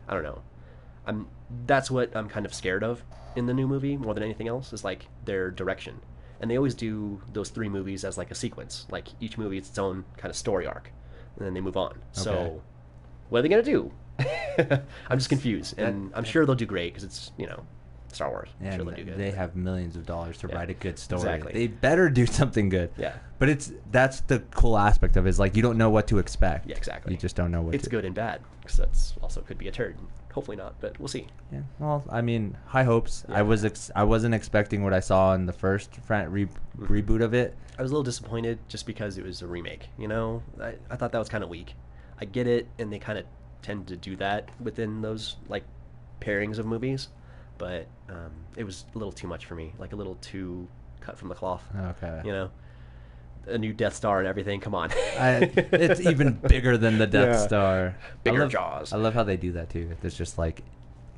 B: I don't know. I'm that's what I'm kind of scared of in the new movie more than anything else is like their direction. And they always do those three movies as like a sequence. Like each movie it's its own kind of story arc. And then they move on.
A: Okay.
B: So what are they gonna do? [LAUGHS] I'm just confused, and I'm sure they'll do great because it's you know Star Wars. I'm
A: And
B: sure they'll do good.
A: they have millions of dollars to
B: Yeah.
A: write a good story.
B: Exactly.
A: They better do [LAUGHS] something good.
B: Yeah.
A: But it's that's the cool aspect of it. Is like you don't know what to expect.
B: yeah, exactly.
A: You just don't know what
B: It's
A: to-
B: good and bad because that's also could be a turd. Hopefully not, but we'll see.
A: Yeah. Well, I mean, high hopes. I was ex- I wasn't expecting what I saw in the first fran- re- reboot of it.
B: I was a little disappointed just because it was a remake. You know, I, I thought that was kind of weak. I get it, and they kind of tend to do that within those like pairings of movies, but um, it was a little too much for me. Like a little too cut from the cloth.
A: Okay.
B: You know, a new Death Star and everything. Come on. [LAUGHS]
A: I, it's even bigger than the Death
B: Yeah.
A: Star.
B: Bigger
A: I love,
B: jaws.
A: I love how they do that too. There's just like,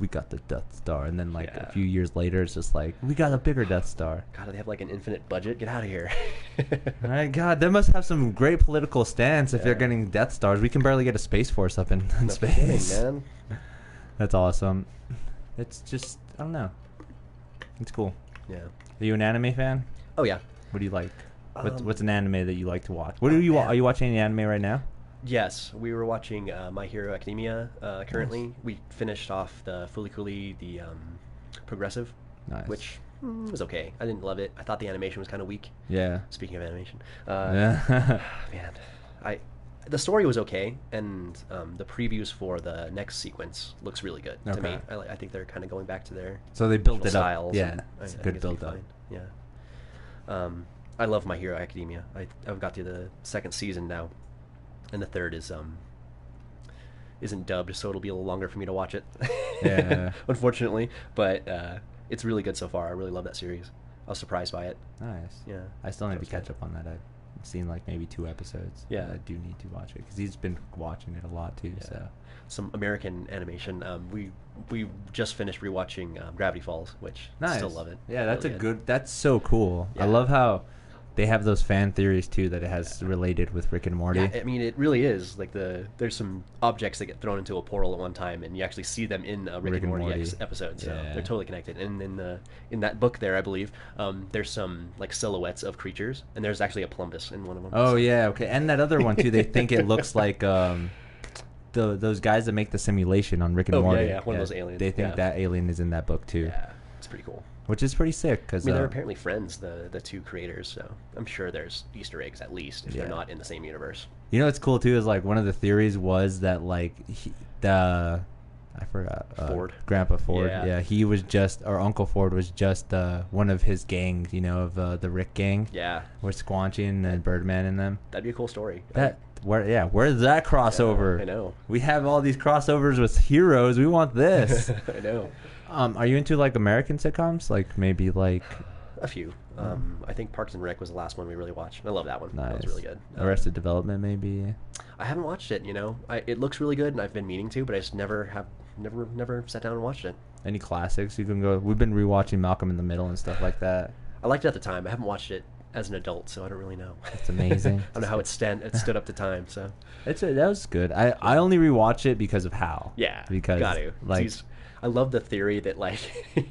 A: we got the Death Star, and then like
B: Yeah.
A: a few years later, it's just like we got a bigger Death Star.
B: God, do they have like an infinite budget? Get out of here. [LAUGHS]
A: My God, they must have some great political stance if they're
B: Yeah.
A: getting Death Stars. We can barely get a space force up in, in
B: No
A: space.
B: kidding, man.
A: That's awesome. It's just I don't know. It's cool.
B: Yeah.
A: Are you an anime fan?
B: Oh yeah.
A: What do you like? What's,
B: Um,
A: what's an anime that you like to watch? What do you wa- are you watching any anime right now?
B: Yes, we were watching uh, My Hero Academia uh, currently. We finished off the Fulikuli, the um, progressive,
A: Nice.
B: which mm, was okay. I didn't love it. I thought the animation was kind of weak.
A: Yeah.
B: Speaking of animation, uh,
A: Yeah. [LAUGHS]
B: man, I the story was okay, and um, the previews for the next sequence looks really good to me.
A: Okay.
B: I, li- I think they're kind of going back to their
A: so they built it
B: visual
A: up.
B: styles.
A: Yeah.
B: and I-
A: It's
B: I
A: a
B: think
A: good
B: it's gonna
A: build
B: be
A: up.
B: fine. Yeah. Um, I love My Hero Academia. I, I've got to the second season now, and the third is um isn't dubbed, so it'll be a little longer for me to watch it.
A: Yeah.
B: [LAUGHS] Unfortunately, but uh, it's really good so far. I really love that series. I was surprised by it.
A: Nice.
B: Yeah.
A: I still need to
B: was
A: catch
B: good.
A: up on that. I seen like maybe two episodes.
B: Yeah.
A: I do need to watch it because he's been watching it a lot too. So
B: some American animation. Um, we we just finished rewatching um, Gravity Falls, which I
A: nice.
B: still love it.
A: Yeah, that's
B: Really
A: a good. That's so cool. I
B: Yeah.
A: love how they have those fan theories too that it has related with Rick and Morty.
B: Yeah, I mean, it really is like the there's some objects that get thrown into a portal at one time, and you actually see them in a Rick, and Morty, Ex- episode. So
A: Yeah.
B: they're totally connected. And in the in that book there, I believe, um, there's some like silhouettes of creatures, and there's actually a Plumbus in one of them.
A: Oh yeah, okay. And that other one too. They think it
B: [LAUGHS]
A: looks like um, the those guys that make the simulation on Rick and
B: Oh, yeah,
A: Morty.
B: yeah, one of those aliens,
A: They think
B: yeah.
A: that alien is in that book too,
B: yeah, it's pretty cool.
A: which is pretty sick. Because
B: I mean,
A: uh,
B: they're apparently friends, the the two creators. So I'm sure there's Easter eggs at least if
A: Yeah.
B: they're not in the same universe.
A: you know what's cool too is like one of the theories was that like he, the I forgot uh,
B: Ford.
A: Grandpa Ford. Yeah.
B: Yeah.
A: he was just or Uncle Ford was just uh, one of his gangs. You know of uh, the Rick gang.
B: Yeah,
A: with Squanchy and then Birdman and them.
B: that'd be a cool story. [LAUGHS]
A: That where yeah, where's that crossover?
B: I know.
A: We have all these crossovers with heroes. We want this.
B: [LAUGHS] I know.
A: Um, are you into like American sitcoms? Like maybe like
B: A few. Um, I think Parks and Rec was the last one we really watched. I love that one. [SIGHS] That
A: nice.
B: was really good. Um,
A: uh, Arrested Development, maybe.
B: I haven't watched it. You know, I, it looks really good, and I've been meaning to, but I just never have, never, never sat down and watched it.
A: Any classics you can go. We've been rewatching Malcolm in the Middle and stuff like that.
B: I liked it at the time. I haven't watched it as an adult, so I don't really know. [LAUGHS]
A: It's amazing.
B: I don't know how it stand it stood up to time. So
A: It's a, that was good. I, I only rewatch it because of Hal.
B: [LAUGHS] yeah,
A: because
B: got to
A: like
B: He's- I love the theory that like [LAUGHS]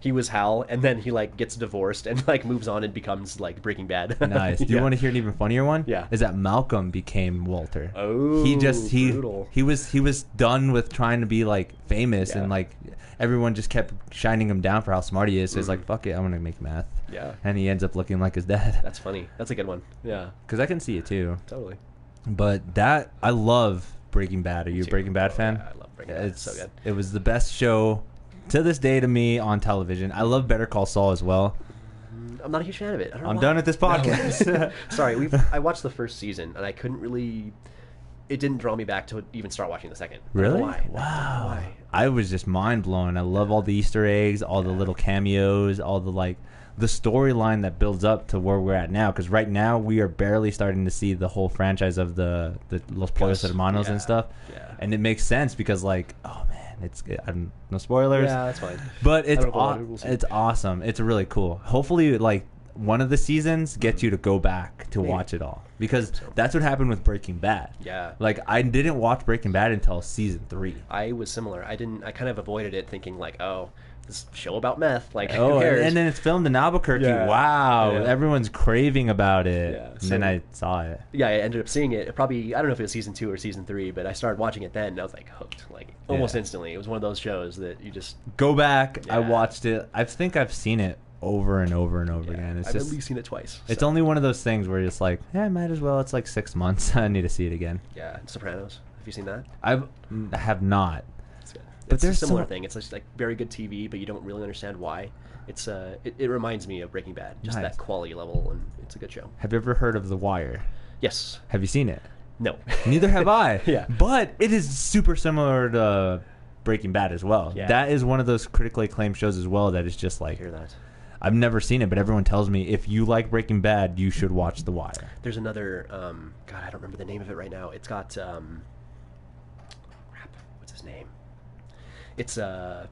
B: he was Hal, and then he like gets divorced and like moves on and becomes like Breaking Bad.
A: Nice.
B: [LAUGHS]
A: Do you want to hear an even funnier one?
B: Yeah.
A: Is that Malcolm became Walter?
B: Oh,
A: he just he
B: brutal.
A: he was he was done with trying to be like famous and
B: Yeah.
A: like everyone just kept shining him down for how smart he is. So he's like, "Fuck it, I'm gonna make math."
B: Mm-hmm. Yeah.
A: And he ends up looking like his dad [LAUGHS]
B: That's funny. That's a good one. Yeah,
A: because I can see it too.
B: totally.
A: But that I love Breaking Bad. Are you a
B: too.
A: Breaking Bad
B: Oh,
A: fan?
B: yeah, I love Breaking Bad. It's so good.
A: It was the best show to this day to me on television. I love Better Call Saul as well.
B: I'm not a huge fan of it. I don't know
A: I'm
B: why.
A: done with this [LAUGHS] podcast.
B: [LAUGHS] Sorry, we I watched the first season and I couldn't really. It didn't draw me back to even start watching the second. I don't know
A: Really?
B: Why? I don't know
A: Wow.
B: why.
A: I was just mind blown. I love all the Easter eggs, all the little cameos, all the like the storyline that builds up to where we're at now. Because right now we are barely starting to see the whole franchise of the the Los Pollos
B: Yes.
A: Hermanos
B: Yeah.
A: and stuff.
B: Yeah.
A: And it makes sense because like, oh man, it's I'm, no spoilers.
B: Yeah, that's fine.
A: But it's
B: I don't know
A: aw-
B: what we'll see.
A: it's awesome. It's really cool. Hopefully, like one of the seasons gets you to go back to watch it all because that's what happened with Breaking Bad.
B: Yeah.
A: like I didn't watch Breaking Bad until season three.
B: I was similar. I didn't. I kind of avoided it, thinking like, oh, this show about meth. Like,
A: Oh,
B: who
A: and,
B: cares?
A: and then it's filmed in Albuquerque.
B: Yeah.
A: Wow,
B: Yeah.
A: everyone's craving about it.
B: Yeah,
A: and
B: so-
A: then I saw it.
B: yeah, I ended up seeing it. Probably, I don't know if it was season two or season three, but I started watching it then, and I was like hooked, like almost
A: Yeah.
B: instantly. It was one of those shows that you just.
A: Go back. I
B: Yeah.
A: watched it. I think I've seen it over and over and over again. It's
B: I've
A: just.
B: at least seen it twice.
A: it's
B: so.
A: only one of those things where you're just like, yeah, I might as well. It's like six months. [LAUGHS] I need to see it again.
B: yeah, Sopranos. Have you seen that?
A: I've I have not.
B: It's good.
A: But
B: it's a
A: there's
B: similar
A: some-
B: thing. It's just like very good TV, but you don't really understand why. It's uh, it, it reminds me of Breaking Bad, just
A: Nice.
B: that quality level, and it's a good show.
A: Have you ever heard of The Wire?
B: Yes.
A: Have you seen it? [LAUGHS]
B: No.
A: Neither have I.
B: [LAUGHS] Yeah.
A: But it is super similar to Breaking Bad as well.
B: Yeah.
A: That is one of those critically acclaimed shows as well that is just like
B: hear that.
A: I've never seen it, but everyone tells me if you like Breaking Bad, you should watch The
B: [LAUGHS]
A: Wire.
B: There's another. Um, God, I don't remember the name of it right now. It's got. Um, crap. What's his name? It's uh.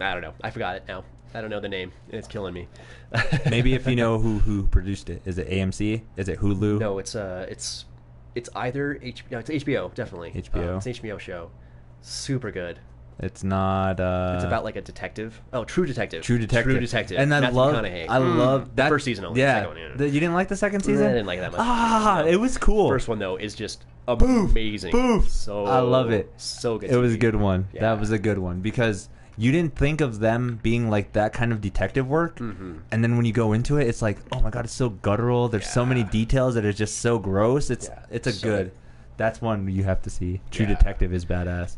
B: I don't know. I forgot it now. I don't know the name, and it's killing me.
A: Maybe if you know who who produced it, is it AMC? Is it Hulu?
B: No, it's uh, it's it's either H- no, it's HBO definitely.
A: HBO.
B: Um, it's an HBO show. Super good.
A: it's not. Uh,
B: It's about like a detective. Oh, True Detective.
A: True Detective.
B: True Detective.
A: And I
B: Matthew
A: love.
B: McConaughey.
A: I love that
B: first season only. The
A: Yeah.
B: second one, yeah.
A: The- you didn't like the second
B: I
A: season?
B: didn't like it that much.
A: Ah,
B: No.
A: it was cool.
B: First one though is just amazing.
A: Boof.
B: So
A: I love it.
B: So good.
A: It was
B: TV.
A: a good one.
B: Yeah.
A: That was a good one because you didn't think of them being like that kind of detective work,
B: Mm-hmm.
A: and then when you go into it, it's like, oh my god, it's so guttural. There's so many details that are just so gross. It's
B: Yeah.
A: it's a
B: So
A: good.
B: good.
A: That's one you have to see. True
B: Yeah. Hmm.
A: Detective is badass.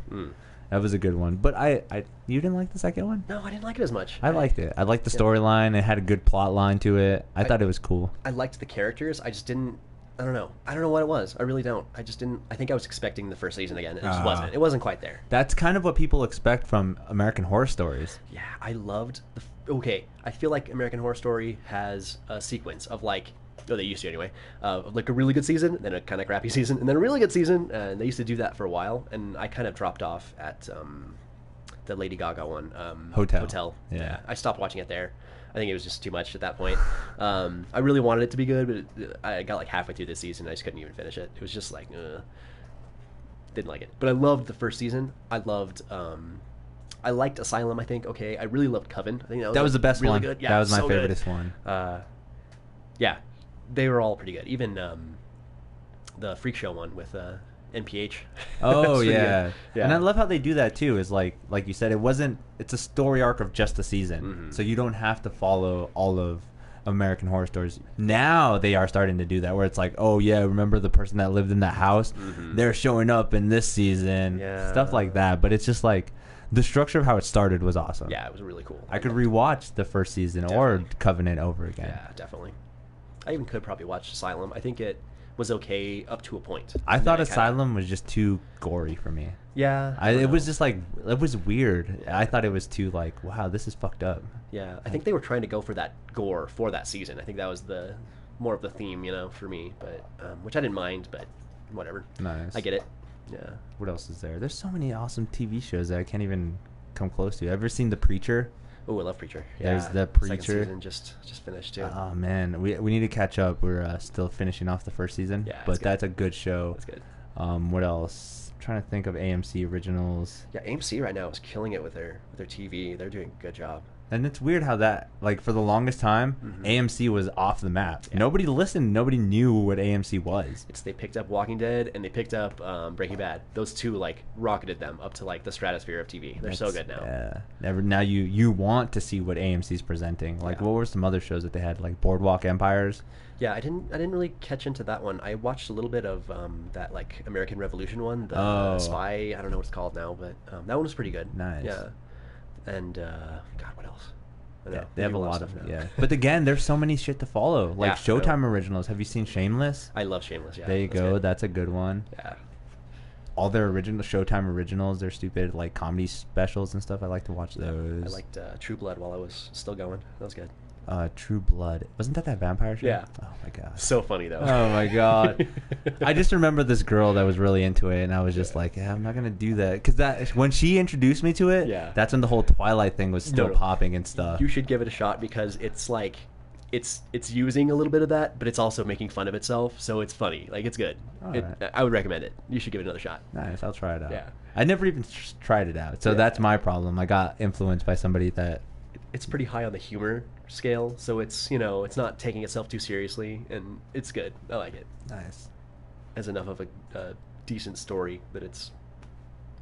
A: That was a good one. But I, I you didn't like the second one.
B: No, I didn't like it as much.
A: I liked it. I liked the storyline. It had a good plot line to it. I, thought it was cool.
B: I liked the characters. I just didn't I don't know. I don't know what it was. I really don't. I just didn't. I think I was expecting the first season again. It just
A: Ah.
B: wasn't. It wasn't quite there.
A: That's kind of what people expect from American Horror Stories.
B: Yeah, I loved the. f- Okay, I feel like American Horror Story has a sequence of like. Oh, they used to anyway. Uh, of, like a really good season, then a kind of crappy [LAUGHS] season, and then a really good season. And they used to do that for a while. And I kind of dropped off at um, the Lady Gaga one. Um,
A: Hotel.
B: Hotel.
A: Yeah.
B: I stopped watching it there. I think it was just too much at that point. Um, I really wanted it to be good, but it, I got like halfway through this season. I just couldn't even finish it. It was just like, uh, didn't like it. But I loved the first season. I loved, um, I liked Asylum. I think okay. I really loved Coven. I think that was,
A: That was
B: like,
A: the best
B: really
A: one.
B: Good. Yeah,
A: that was my
B: so good.
A: favorite one.
B: Uh, yeah, they were all pretty good. Even um, the Freak Show one with uh, NPH. [LAUGHS]
A: [LAUGHS]
B: That's
A: Oh
B: pretty
A: yeah.
B: good. yeah.
A: and I love how they do that too. Is like like you said, it wasn't. It's a story arc of just a season,
B: Mm-hmm.
A: so you don't have to follow all of American Horror Stories. Now they are starting to do that, where it's like, oh yeah, remember the person that lived in that house? They're showing up in this season,
B: Mm-hmm. Yeah.
A: stuff like that. But it's just like the structure of how it started was awesome.
B: Yeah, it was really cool.
A: I could rewatch the first season or Covenant over again.
B: Yeah, definitely. I even could probably watch Asylum. I think it was okay up to a point.
A: I
B: And
A: thought
B: then it kinda-
A: Asylum was just too gory for me.
B: yeah,
A: I,
B: don't
A: it was
B: know.
A: just like it was weird. I thought it was too like wow, this is fucked up.
B: Yeah, I think they were trying to go for that gore for that season. I think that was the more of the theme, you know, for me. But um, which I didn't mind, but whatever.
A: Nice.
B: I get it. Yeah.
A: What else is there? There's so many awesome TV shows that I can't even come close to. Ever seen The Preacher?
B: Oh, I love Preacher.
A: There's
B: Yeah,
A: the
B: Second
A: Preacher.
B: season just just finished too.
A: Oh man, we we need to catch up. We're uh, still finishing off the first season,
B: Yeah, it's
A: but
B: good.
A: that's a good show.
B: That's good.
A: Um, what else? trying to think of AMC originals.
B: Yeah, AMC right now is killing it with their with their TV. They're doing a good job.
A: And it's weird how that, like, for the longest time,
B: Mm-hmm.
A: AMC was off the map. Nobody listened. Nobody knew what AMC was.
B: It's they picked up Walking Dead and they picked up um, Breaking Bad. Those two like rocketed them up to like the stratosphere of TV. They're so
A: That's-
B: good now.
A: Yeah. Never. Now you you want to see what AMC's presenting. Like,
B: Yeah.
A: what were some other shows that they had? Like Boardwalk Empires.
B: Yeah, I didn't. I didn't really catch into that one. I watched a little bit of um, that like American Revolution one, the
A: Oh.
B: spy. I don't know what it's called now, but um, that one was pretty good.
A: Nice.
B: Yeah. And uh, God, what else? I don't
A: Yeah,
B: know.
A: they
B: We
A: have
B: do
A: a lot of
B: stuff now.
A: yeah. But again, there's so many shit to follow. Like
B: Yeah, I know.
A: Showtime originals. Have you seen Shameless?
B: I love Shameless. Yeah.
A: there you
B: that's
A: go.
B: good.
A: That's a good one.
B: Yeah.
A: All their original Showtime originals, their stupid like comedy specials and stuff. I like to watch those.
B: I liked uh, True Blood while I was still going. That was good.
A: uh, True Blood. Wasn't that that vampire show?
B: Yeah.
A: Oh my god.
B: So funny
A: [LAUGHS]
B: though.
A: Oh my god. I
B: [LAUGHS]
A: just remember this girl that was really into it, and I was just like, yeah, I'm not gonna do that because that when she introduced me to it,
B: Yeah.
A: that's when the whole Twilight thing was still
B: No, no.
A: popping and stuff.
B: you should give it a shot because it's like it's it's using a little bit of that, but it's also making fun of itself, so it's funny. Like it's good. It,
A: Alright.
B: I would recommend it. You should give it another shot.
A: Nice. I'll try it out.
B: Yeah.
A: I never even tr- tried it out, so
B: Yeah.
A: that's my problem. I got influenced by somebody that.
B: It's pretty high on the humor scale, so it's you know it's not taking itself too seriously, and it's good. I like it.
A: Nice.
B: Has enough of a, a decent story that it's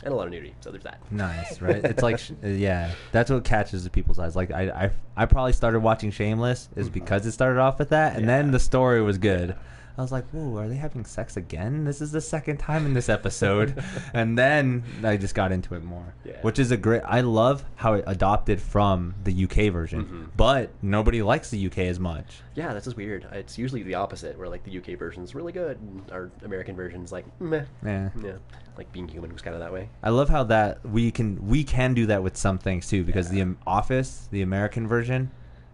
B: and a lot of nudity. So there's that.
A: Nice, right? It's like, sh- uh, yeah, that's what catches the people's eyes. Like, I, I, I probably started watching Shameless is because it started off with that, and then the story was good. I was like, "Whoa, are they having sex again? This is the second time in this episode." and then I just got into it more,
B: Yeah.
A: which is a great. I love how it adopted from the UK version, but nobody likes the UK as much.
B: Yeah, that's just weird. It's usually the opposite, where like the UK version's really good, and our American version's like meh.
A: Yeah.
B: Yeah, like being human was kind of that way.
A: I love how that we can we can do that with some things too because the um, Office, the American version,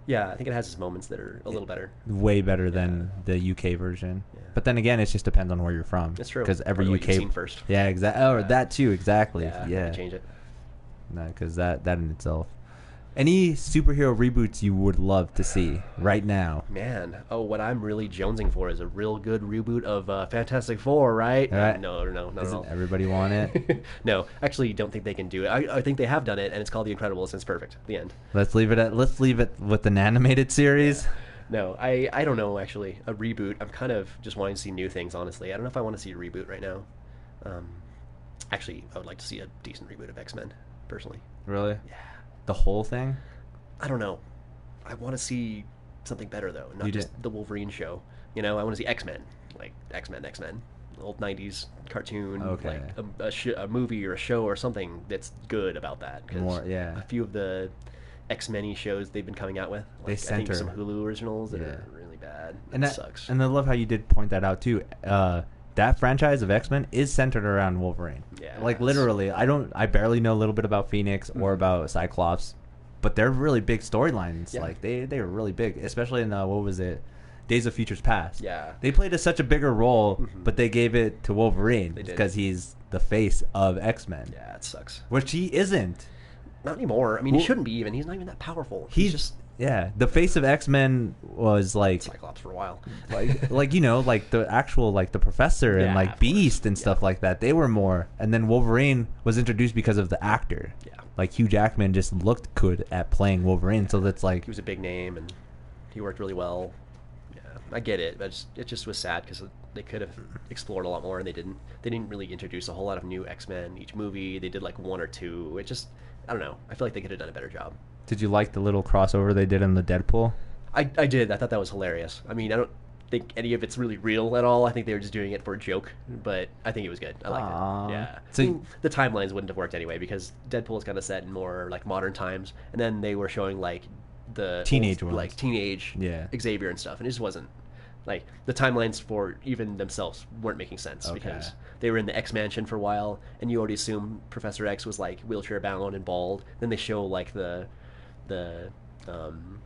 B: Yeah, I think it has its moments that are a little better.
A: way better than the UK version.
B: Yeah.
A: But then again, it just depends on where you're from.
B: That's true.
A: Because every
B: Or what
A: UK
B: you've seen first.
A: Yeah, exactly. Or
B: Yeah.
A: that too, exactly.
B: Uh, I
A: Yeah,
B: could change it.
A: No, because that that in itself. Any superhero reboots you would love to see right now?
B: Man, oh, what I'm really jonesing for is a real good reboot of uh, Fantastic Four, right?
A: Right.
B: No, no, not
A: Doesn't
B: at all.
A: everybody want it?
B: [LAUGHS] no, actually, don't think they can do it. I, I think they have done it, and it's called The Incredibles, and it's perfect. The end.
A: let's leave it at let's leave it with an animated series.
B: No, I, I don't know, actually. A reboot, I'm kind of just wanting to see new things, honestly. I don't know if I want to see a reboot right now. Um, actually, I would like to see a decent reboot of X Men, personally.
A: Really? Yeah. The whole thing?
B: I don't know. I want to see something better though, not
A: You
B: just
A: did-
B: the Wolverine show. You know, I want to see X Men, like X Men, X Men, old '90s cartoon,
A: Okay.
B: like a, a, sh- a movie or a show or something that's good about that. 'cause
A: More- yeah.
B: A few of the X Men shows they've been coming out with, like,
A: They
B: I think
A: center.
B: some Hulu originals that
A: Yeah.
B: are really bad.
A: and
B: it
A: that
B: sucks.
A: And I love how you did point that out too. Uh, that franchise of X Men is centered around Wolverine.
B: Yeah,
A: Like
B: it's- Mm-hmm.
A: literally, I don't. I barely know a little bit about Phoenix or about Cyclops, but they're really big storylines.
B: Yeah.
A: Like they they were really big, especially in uh, what was it, Days of Futures Past.
B: Yeah. Mm-hmm.
A: They played a, such a bigger role, but they gave it to Wolverine
B: They did.
A: because he's the face of X Men,
B: yeah, it sucks.
A: which he isn't.
B: Not anymore. I mean,
A: Well-
B: he shouldn't be even. He's not even that powerful.
A: He's,
B: He's just
A: yeah. The face of X Men was like
B: Cyclops for a while.
A: like like you know like the actual like the professor and
B: Yeah,
A: like
B: of course.
A: beast and stuff like that they were more and then wolverine was introduced because of the actor
B: Yeah.
A: like hugh jackman just looked good at playing wolverine so that's like
B: he was a big name and he worked really well. Yeah, I get it, but it's, it just was sad because they could have explored a lot more and they didn't. They didn't really introduce a whole lot of new X Men each movie. They did like one or two. It just, I don't know. I feel like they could have done a better job.
A: did you like the little crossover they did in the deadpool
B: I, I did. I thought that was hilarious. I mean, I don't think any of it's really real at all. I think they were just doing it for a joke, but I think it was good. I liked
A: Aw.
B: it. Yeah.
A: So-
B: I mean, the timelines wouldn't have worked anyway because Deadpool's kind of set in more like modern times, and then they were showing like the
A: Teenage ones.
B: like teenage
A: Yeah.
B: Xavier and stuff, and it just wasn't like the timelines for even themselves weren't making sense
A: Okay.
B: because they were in the X mansion for a while, and you already assume Professor X was like wheelchair bound and bald. Then they show like the the um,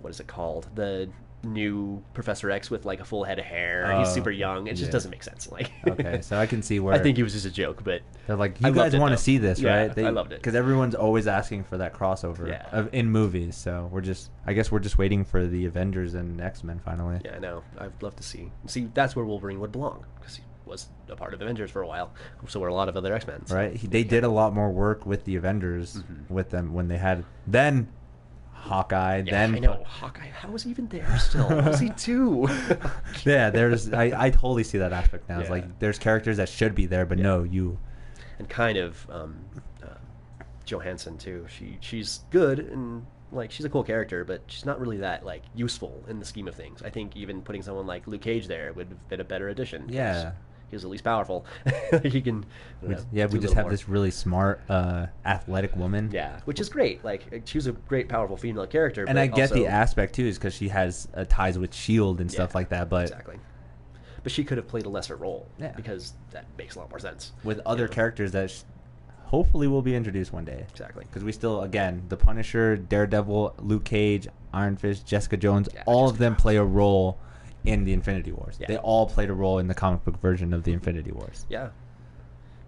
B: what is it called? The new Professor X with like a full head of hair. and
A: Oh,
B: He's super young. It
A: yeah.
B: just doesn't make sense. [LAUGHS] Like,
A: okay so i can see where
B: [LAUGHS] I think it was just a joke, but
A: they're like
B: I
A: you
B: loved
A: guys
B: it,
A: want
B: though.
A: to see this
B: Yeah,
A: right
B: I loved it.
A: because everyone's always asking for that crossover
B: Yeah.
A: of, in movies so we're just i guess we're just waiting for the avengers and x-men finally
B: yeah, I know. I'd love to see. See, that's where Wolverine would belong because he was a part of Avengers for a while. So were a lot of other X Men.
A: right? He, they did a lot more work with the Avengers with them when they had then Hawkeye,
B: Mm-hmm. Yeah,
A: then
B: I know Hawkeye. How was he even there still? Was
A: [LAUGHS]
B: he two?
A: yeah. There's I, I totally see that aspect now. It's
B: Yeah.
A: like there's characters that should be there, but no, you
B: and kind of um, uh, Johansson too. She she's good and like she's a cool character, but she's not really that like useful in the scheme of things. I think even putting someone like Luke Cage there would have been a better addition. 'cause
A: Yeah.
B: he was at least powerful. [LAUGHS] he can. I don't
A: we,
B: know,
A: yeah.
B: do
A: We just
B: a little
A: have
B: more.
A: this really smart, uh, athletic woman.
B: Yeah, which is great. Like she was a great, powerful female character.
A: and
B: but
A: I get the
B: also-
A: aspect too, is because she has uh, ties with Shield and stuff
B: Yeah,
A: like that. But
B: exactly. But she could have played a lesser role
A: Yeah.
B: because that makes a lot more sense.
A: with other characters
B: characters.
A: that sh- hopefully will be introduced one day.
B: Exactly.
A: Because we still, again, the Punisher, Daredevil, Luke Cage, Iron Fist, Jessica Jones,
B: Yeah,
A: all of
B: Jessica
A: them play a role in the Infinity Wars.
B: Yeah.
A: They all played a role in the comic book version of the Infinity Wars.
B: Yeah.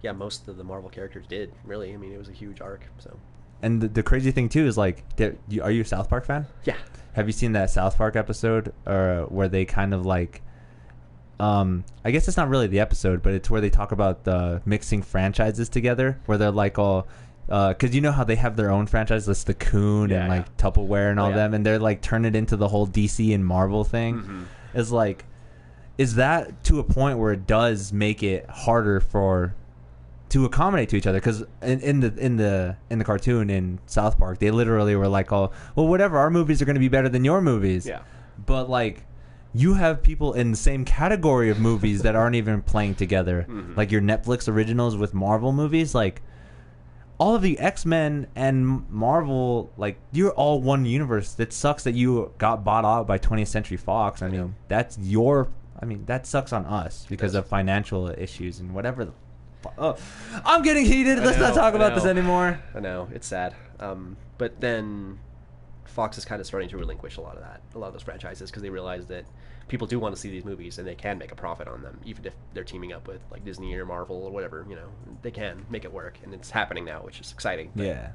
B: Yeah, most of the Marvel characters did, really. I mean, it was a huge arc, so.
A: And the, the crazy thing, too, is like, there- you- are you a South Park fan?
B: Yeah.
A: Have you seen that South Park episode or where they kind of like um I guess it's not really the episode, but it's where they talk about the mixing franchises together where they're like all because you know how they have their own franchise, that's the Coon
B: Yeah,
A: and
B: yeah.
A: like Tupperware and all
B: Oh, yeah.
A: them, and they're like turn it into the whole DC and Marvel thing.
B: Mm-hmm.
A: Is like, is that to a point where it does make it harder for to accommodate to each other because in, in the in the in the cartoon in South Park they literally were like oh well whatever our movies are going to be better than your movies
B: Yeah.
A: but like you have people in the same category of movies that aren't even playing together like your Netflix originals with Marvel movies like all of the X-Men and Marvel like you're all one universe that sucks that you got bought out by 20th Century Fox I mean that's your I mean that sucks on us because of financial issues and whatever the fu- Oh, I'm getting heated. Let's not
B: know,
A: talk
B: I
A: about this
B: know.
A: anymore.
B: I know, it's sad. Um, but then Fox is kind of starting to relinquish a lot of that, a lot of those franchises, because they realize that people do want to see these movies and they can make a profit on them, even if they're teaming up with like Disney or Marvel or whatever, you know, they can make it work. And it's happening now, which is exciting. but
A: Yeah.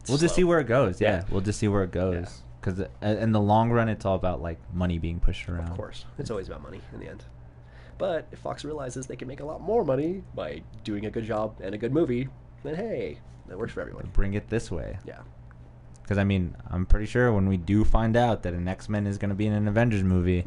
B: it's
A: We'll just see
B: slow.
A: where it goes. Yeah.
B: Yeah.
A: We'll just see where it
B: Yeah.
A: goes. Because in the long run, it's all about like money being pushed around.
B: Of course, it's always about money in the end. But if Fox realizes they can make a lot more money by doing a good job and a good movie, then hey, that works for everyone.
A: Bring it this way.
B: Yeah,
A: Because I mean, I'm pretty sure when we do find out that an X Men is going to be in an Avengers movie,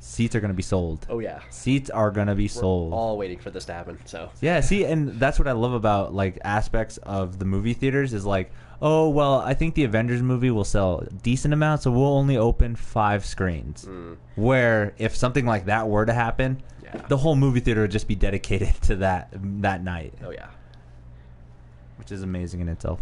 A: seats are going to be sold.
B: Mm-hmm. Oh, yeah.
A: Seats are going to be
B: we're
A: sold.
B: all waiting for this to happen. So
A: Yeah, see, and that's what I love about like aspects of the movie theaters is like, oh well, I think the Avengers movie will sell a decent amount, so we'll only open five screens. Where if something like that were to happen,
B: Mm. Yeah.
A: the whole movie theater would just be dedicated [LAUGHS] to that that night,
B: oh yeah,
A: which is amazing in itself.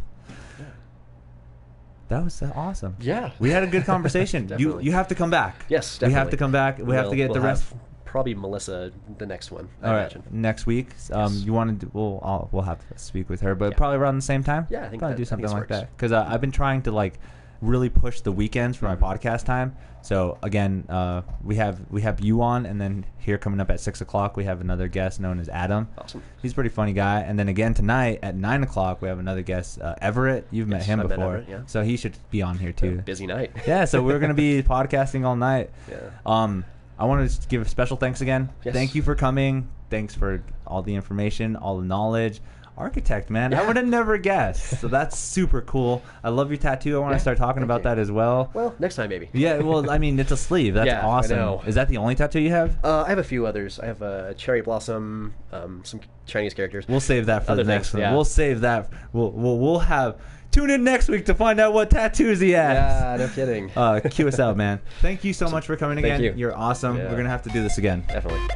A: That was uh, awesome.
B: Yeah.
A: we had a
B: [LAUGHS]
A: good conversation. you
B: Definitely.
A: you have to come back.
B: Yes,
A: we have to
B: definitely.
A: come back. We have to
B: We'll-
A: get
B: we'll
A: the rest.
B: have Probably Melissa, the next one. I
A: All right,
B: imagine.
A: next week. Um,
B: Yes.
A: you want to? We'll I'll, we'll have to speak with her, but probably around the same time.
B: Yeah, I think
A: probably do
B: that- I think
A: something
B: this
A: like
B: works.
A: that because uh, I've been trying to like really push the weekends for my
B: Mm-hmm.
A: podcast time. So again, uh, we have we have you on, and then here coming up at six o'clock, we have another guest known as Adam.
B: Awesome.
A: He's a pretty funny guy, and then again tonight at nine o'clock we have another guest, uh, Everett. You've met
B: Yes,
A: him
B: I've met
A: before,
B: Everett, yeah.
A: so he should be on here too
B: Busy night.
A: yeah, so we're gonna
B: [LAUGHS]
A: be podcasting all night.
B: Yeah.
A: Um, I want to give special thanks again.
B: Yes.
A: Thank you for coming. Thanks for all the information, all the knowledge. Architect, man, I
B: Yeah.
A: would have never guessed. So that's super cool. I love your tattoo. I want to
B: Yeah,
A: start talking
B: thank
A: about
B: you.
A: that as well.
B: Well, next time maybe.
A: yeah, well, I mean, it's a sleeve. That's
B: Yeah, I
A: awesome.
B: know.
A: Is that the only tattoo you have?
B: Uh, I have a few others. I have a cherry blossom, um, some Chinese characters.
A: We'll save that for
B: Other
A: the next
B: things,
A: one.
B: yeah.
A: We'll save that. We'll, we'll we'll have tune in next week to find out what tattoos he has.
B: Yeah, no kidding.
A: Uh, cue us out, man. Thank you so much for coming
B: Thank
A: again.
B: you.
A: are awesome.
B: Yeah.
A: We're gonna have to do this again.
B: Definitely.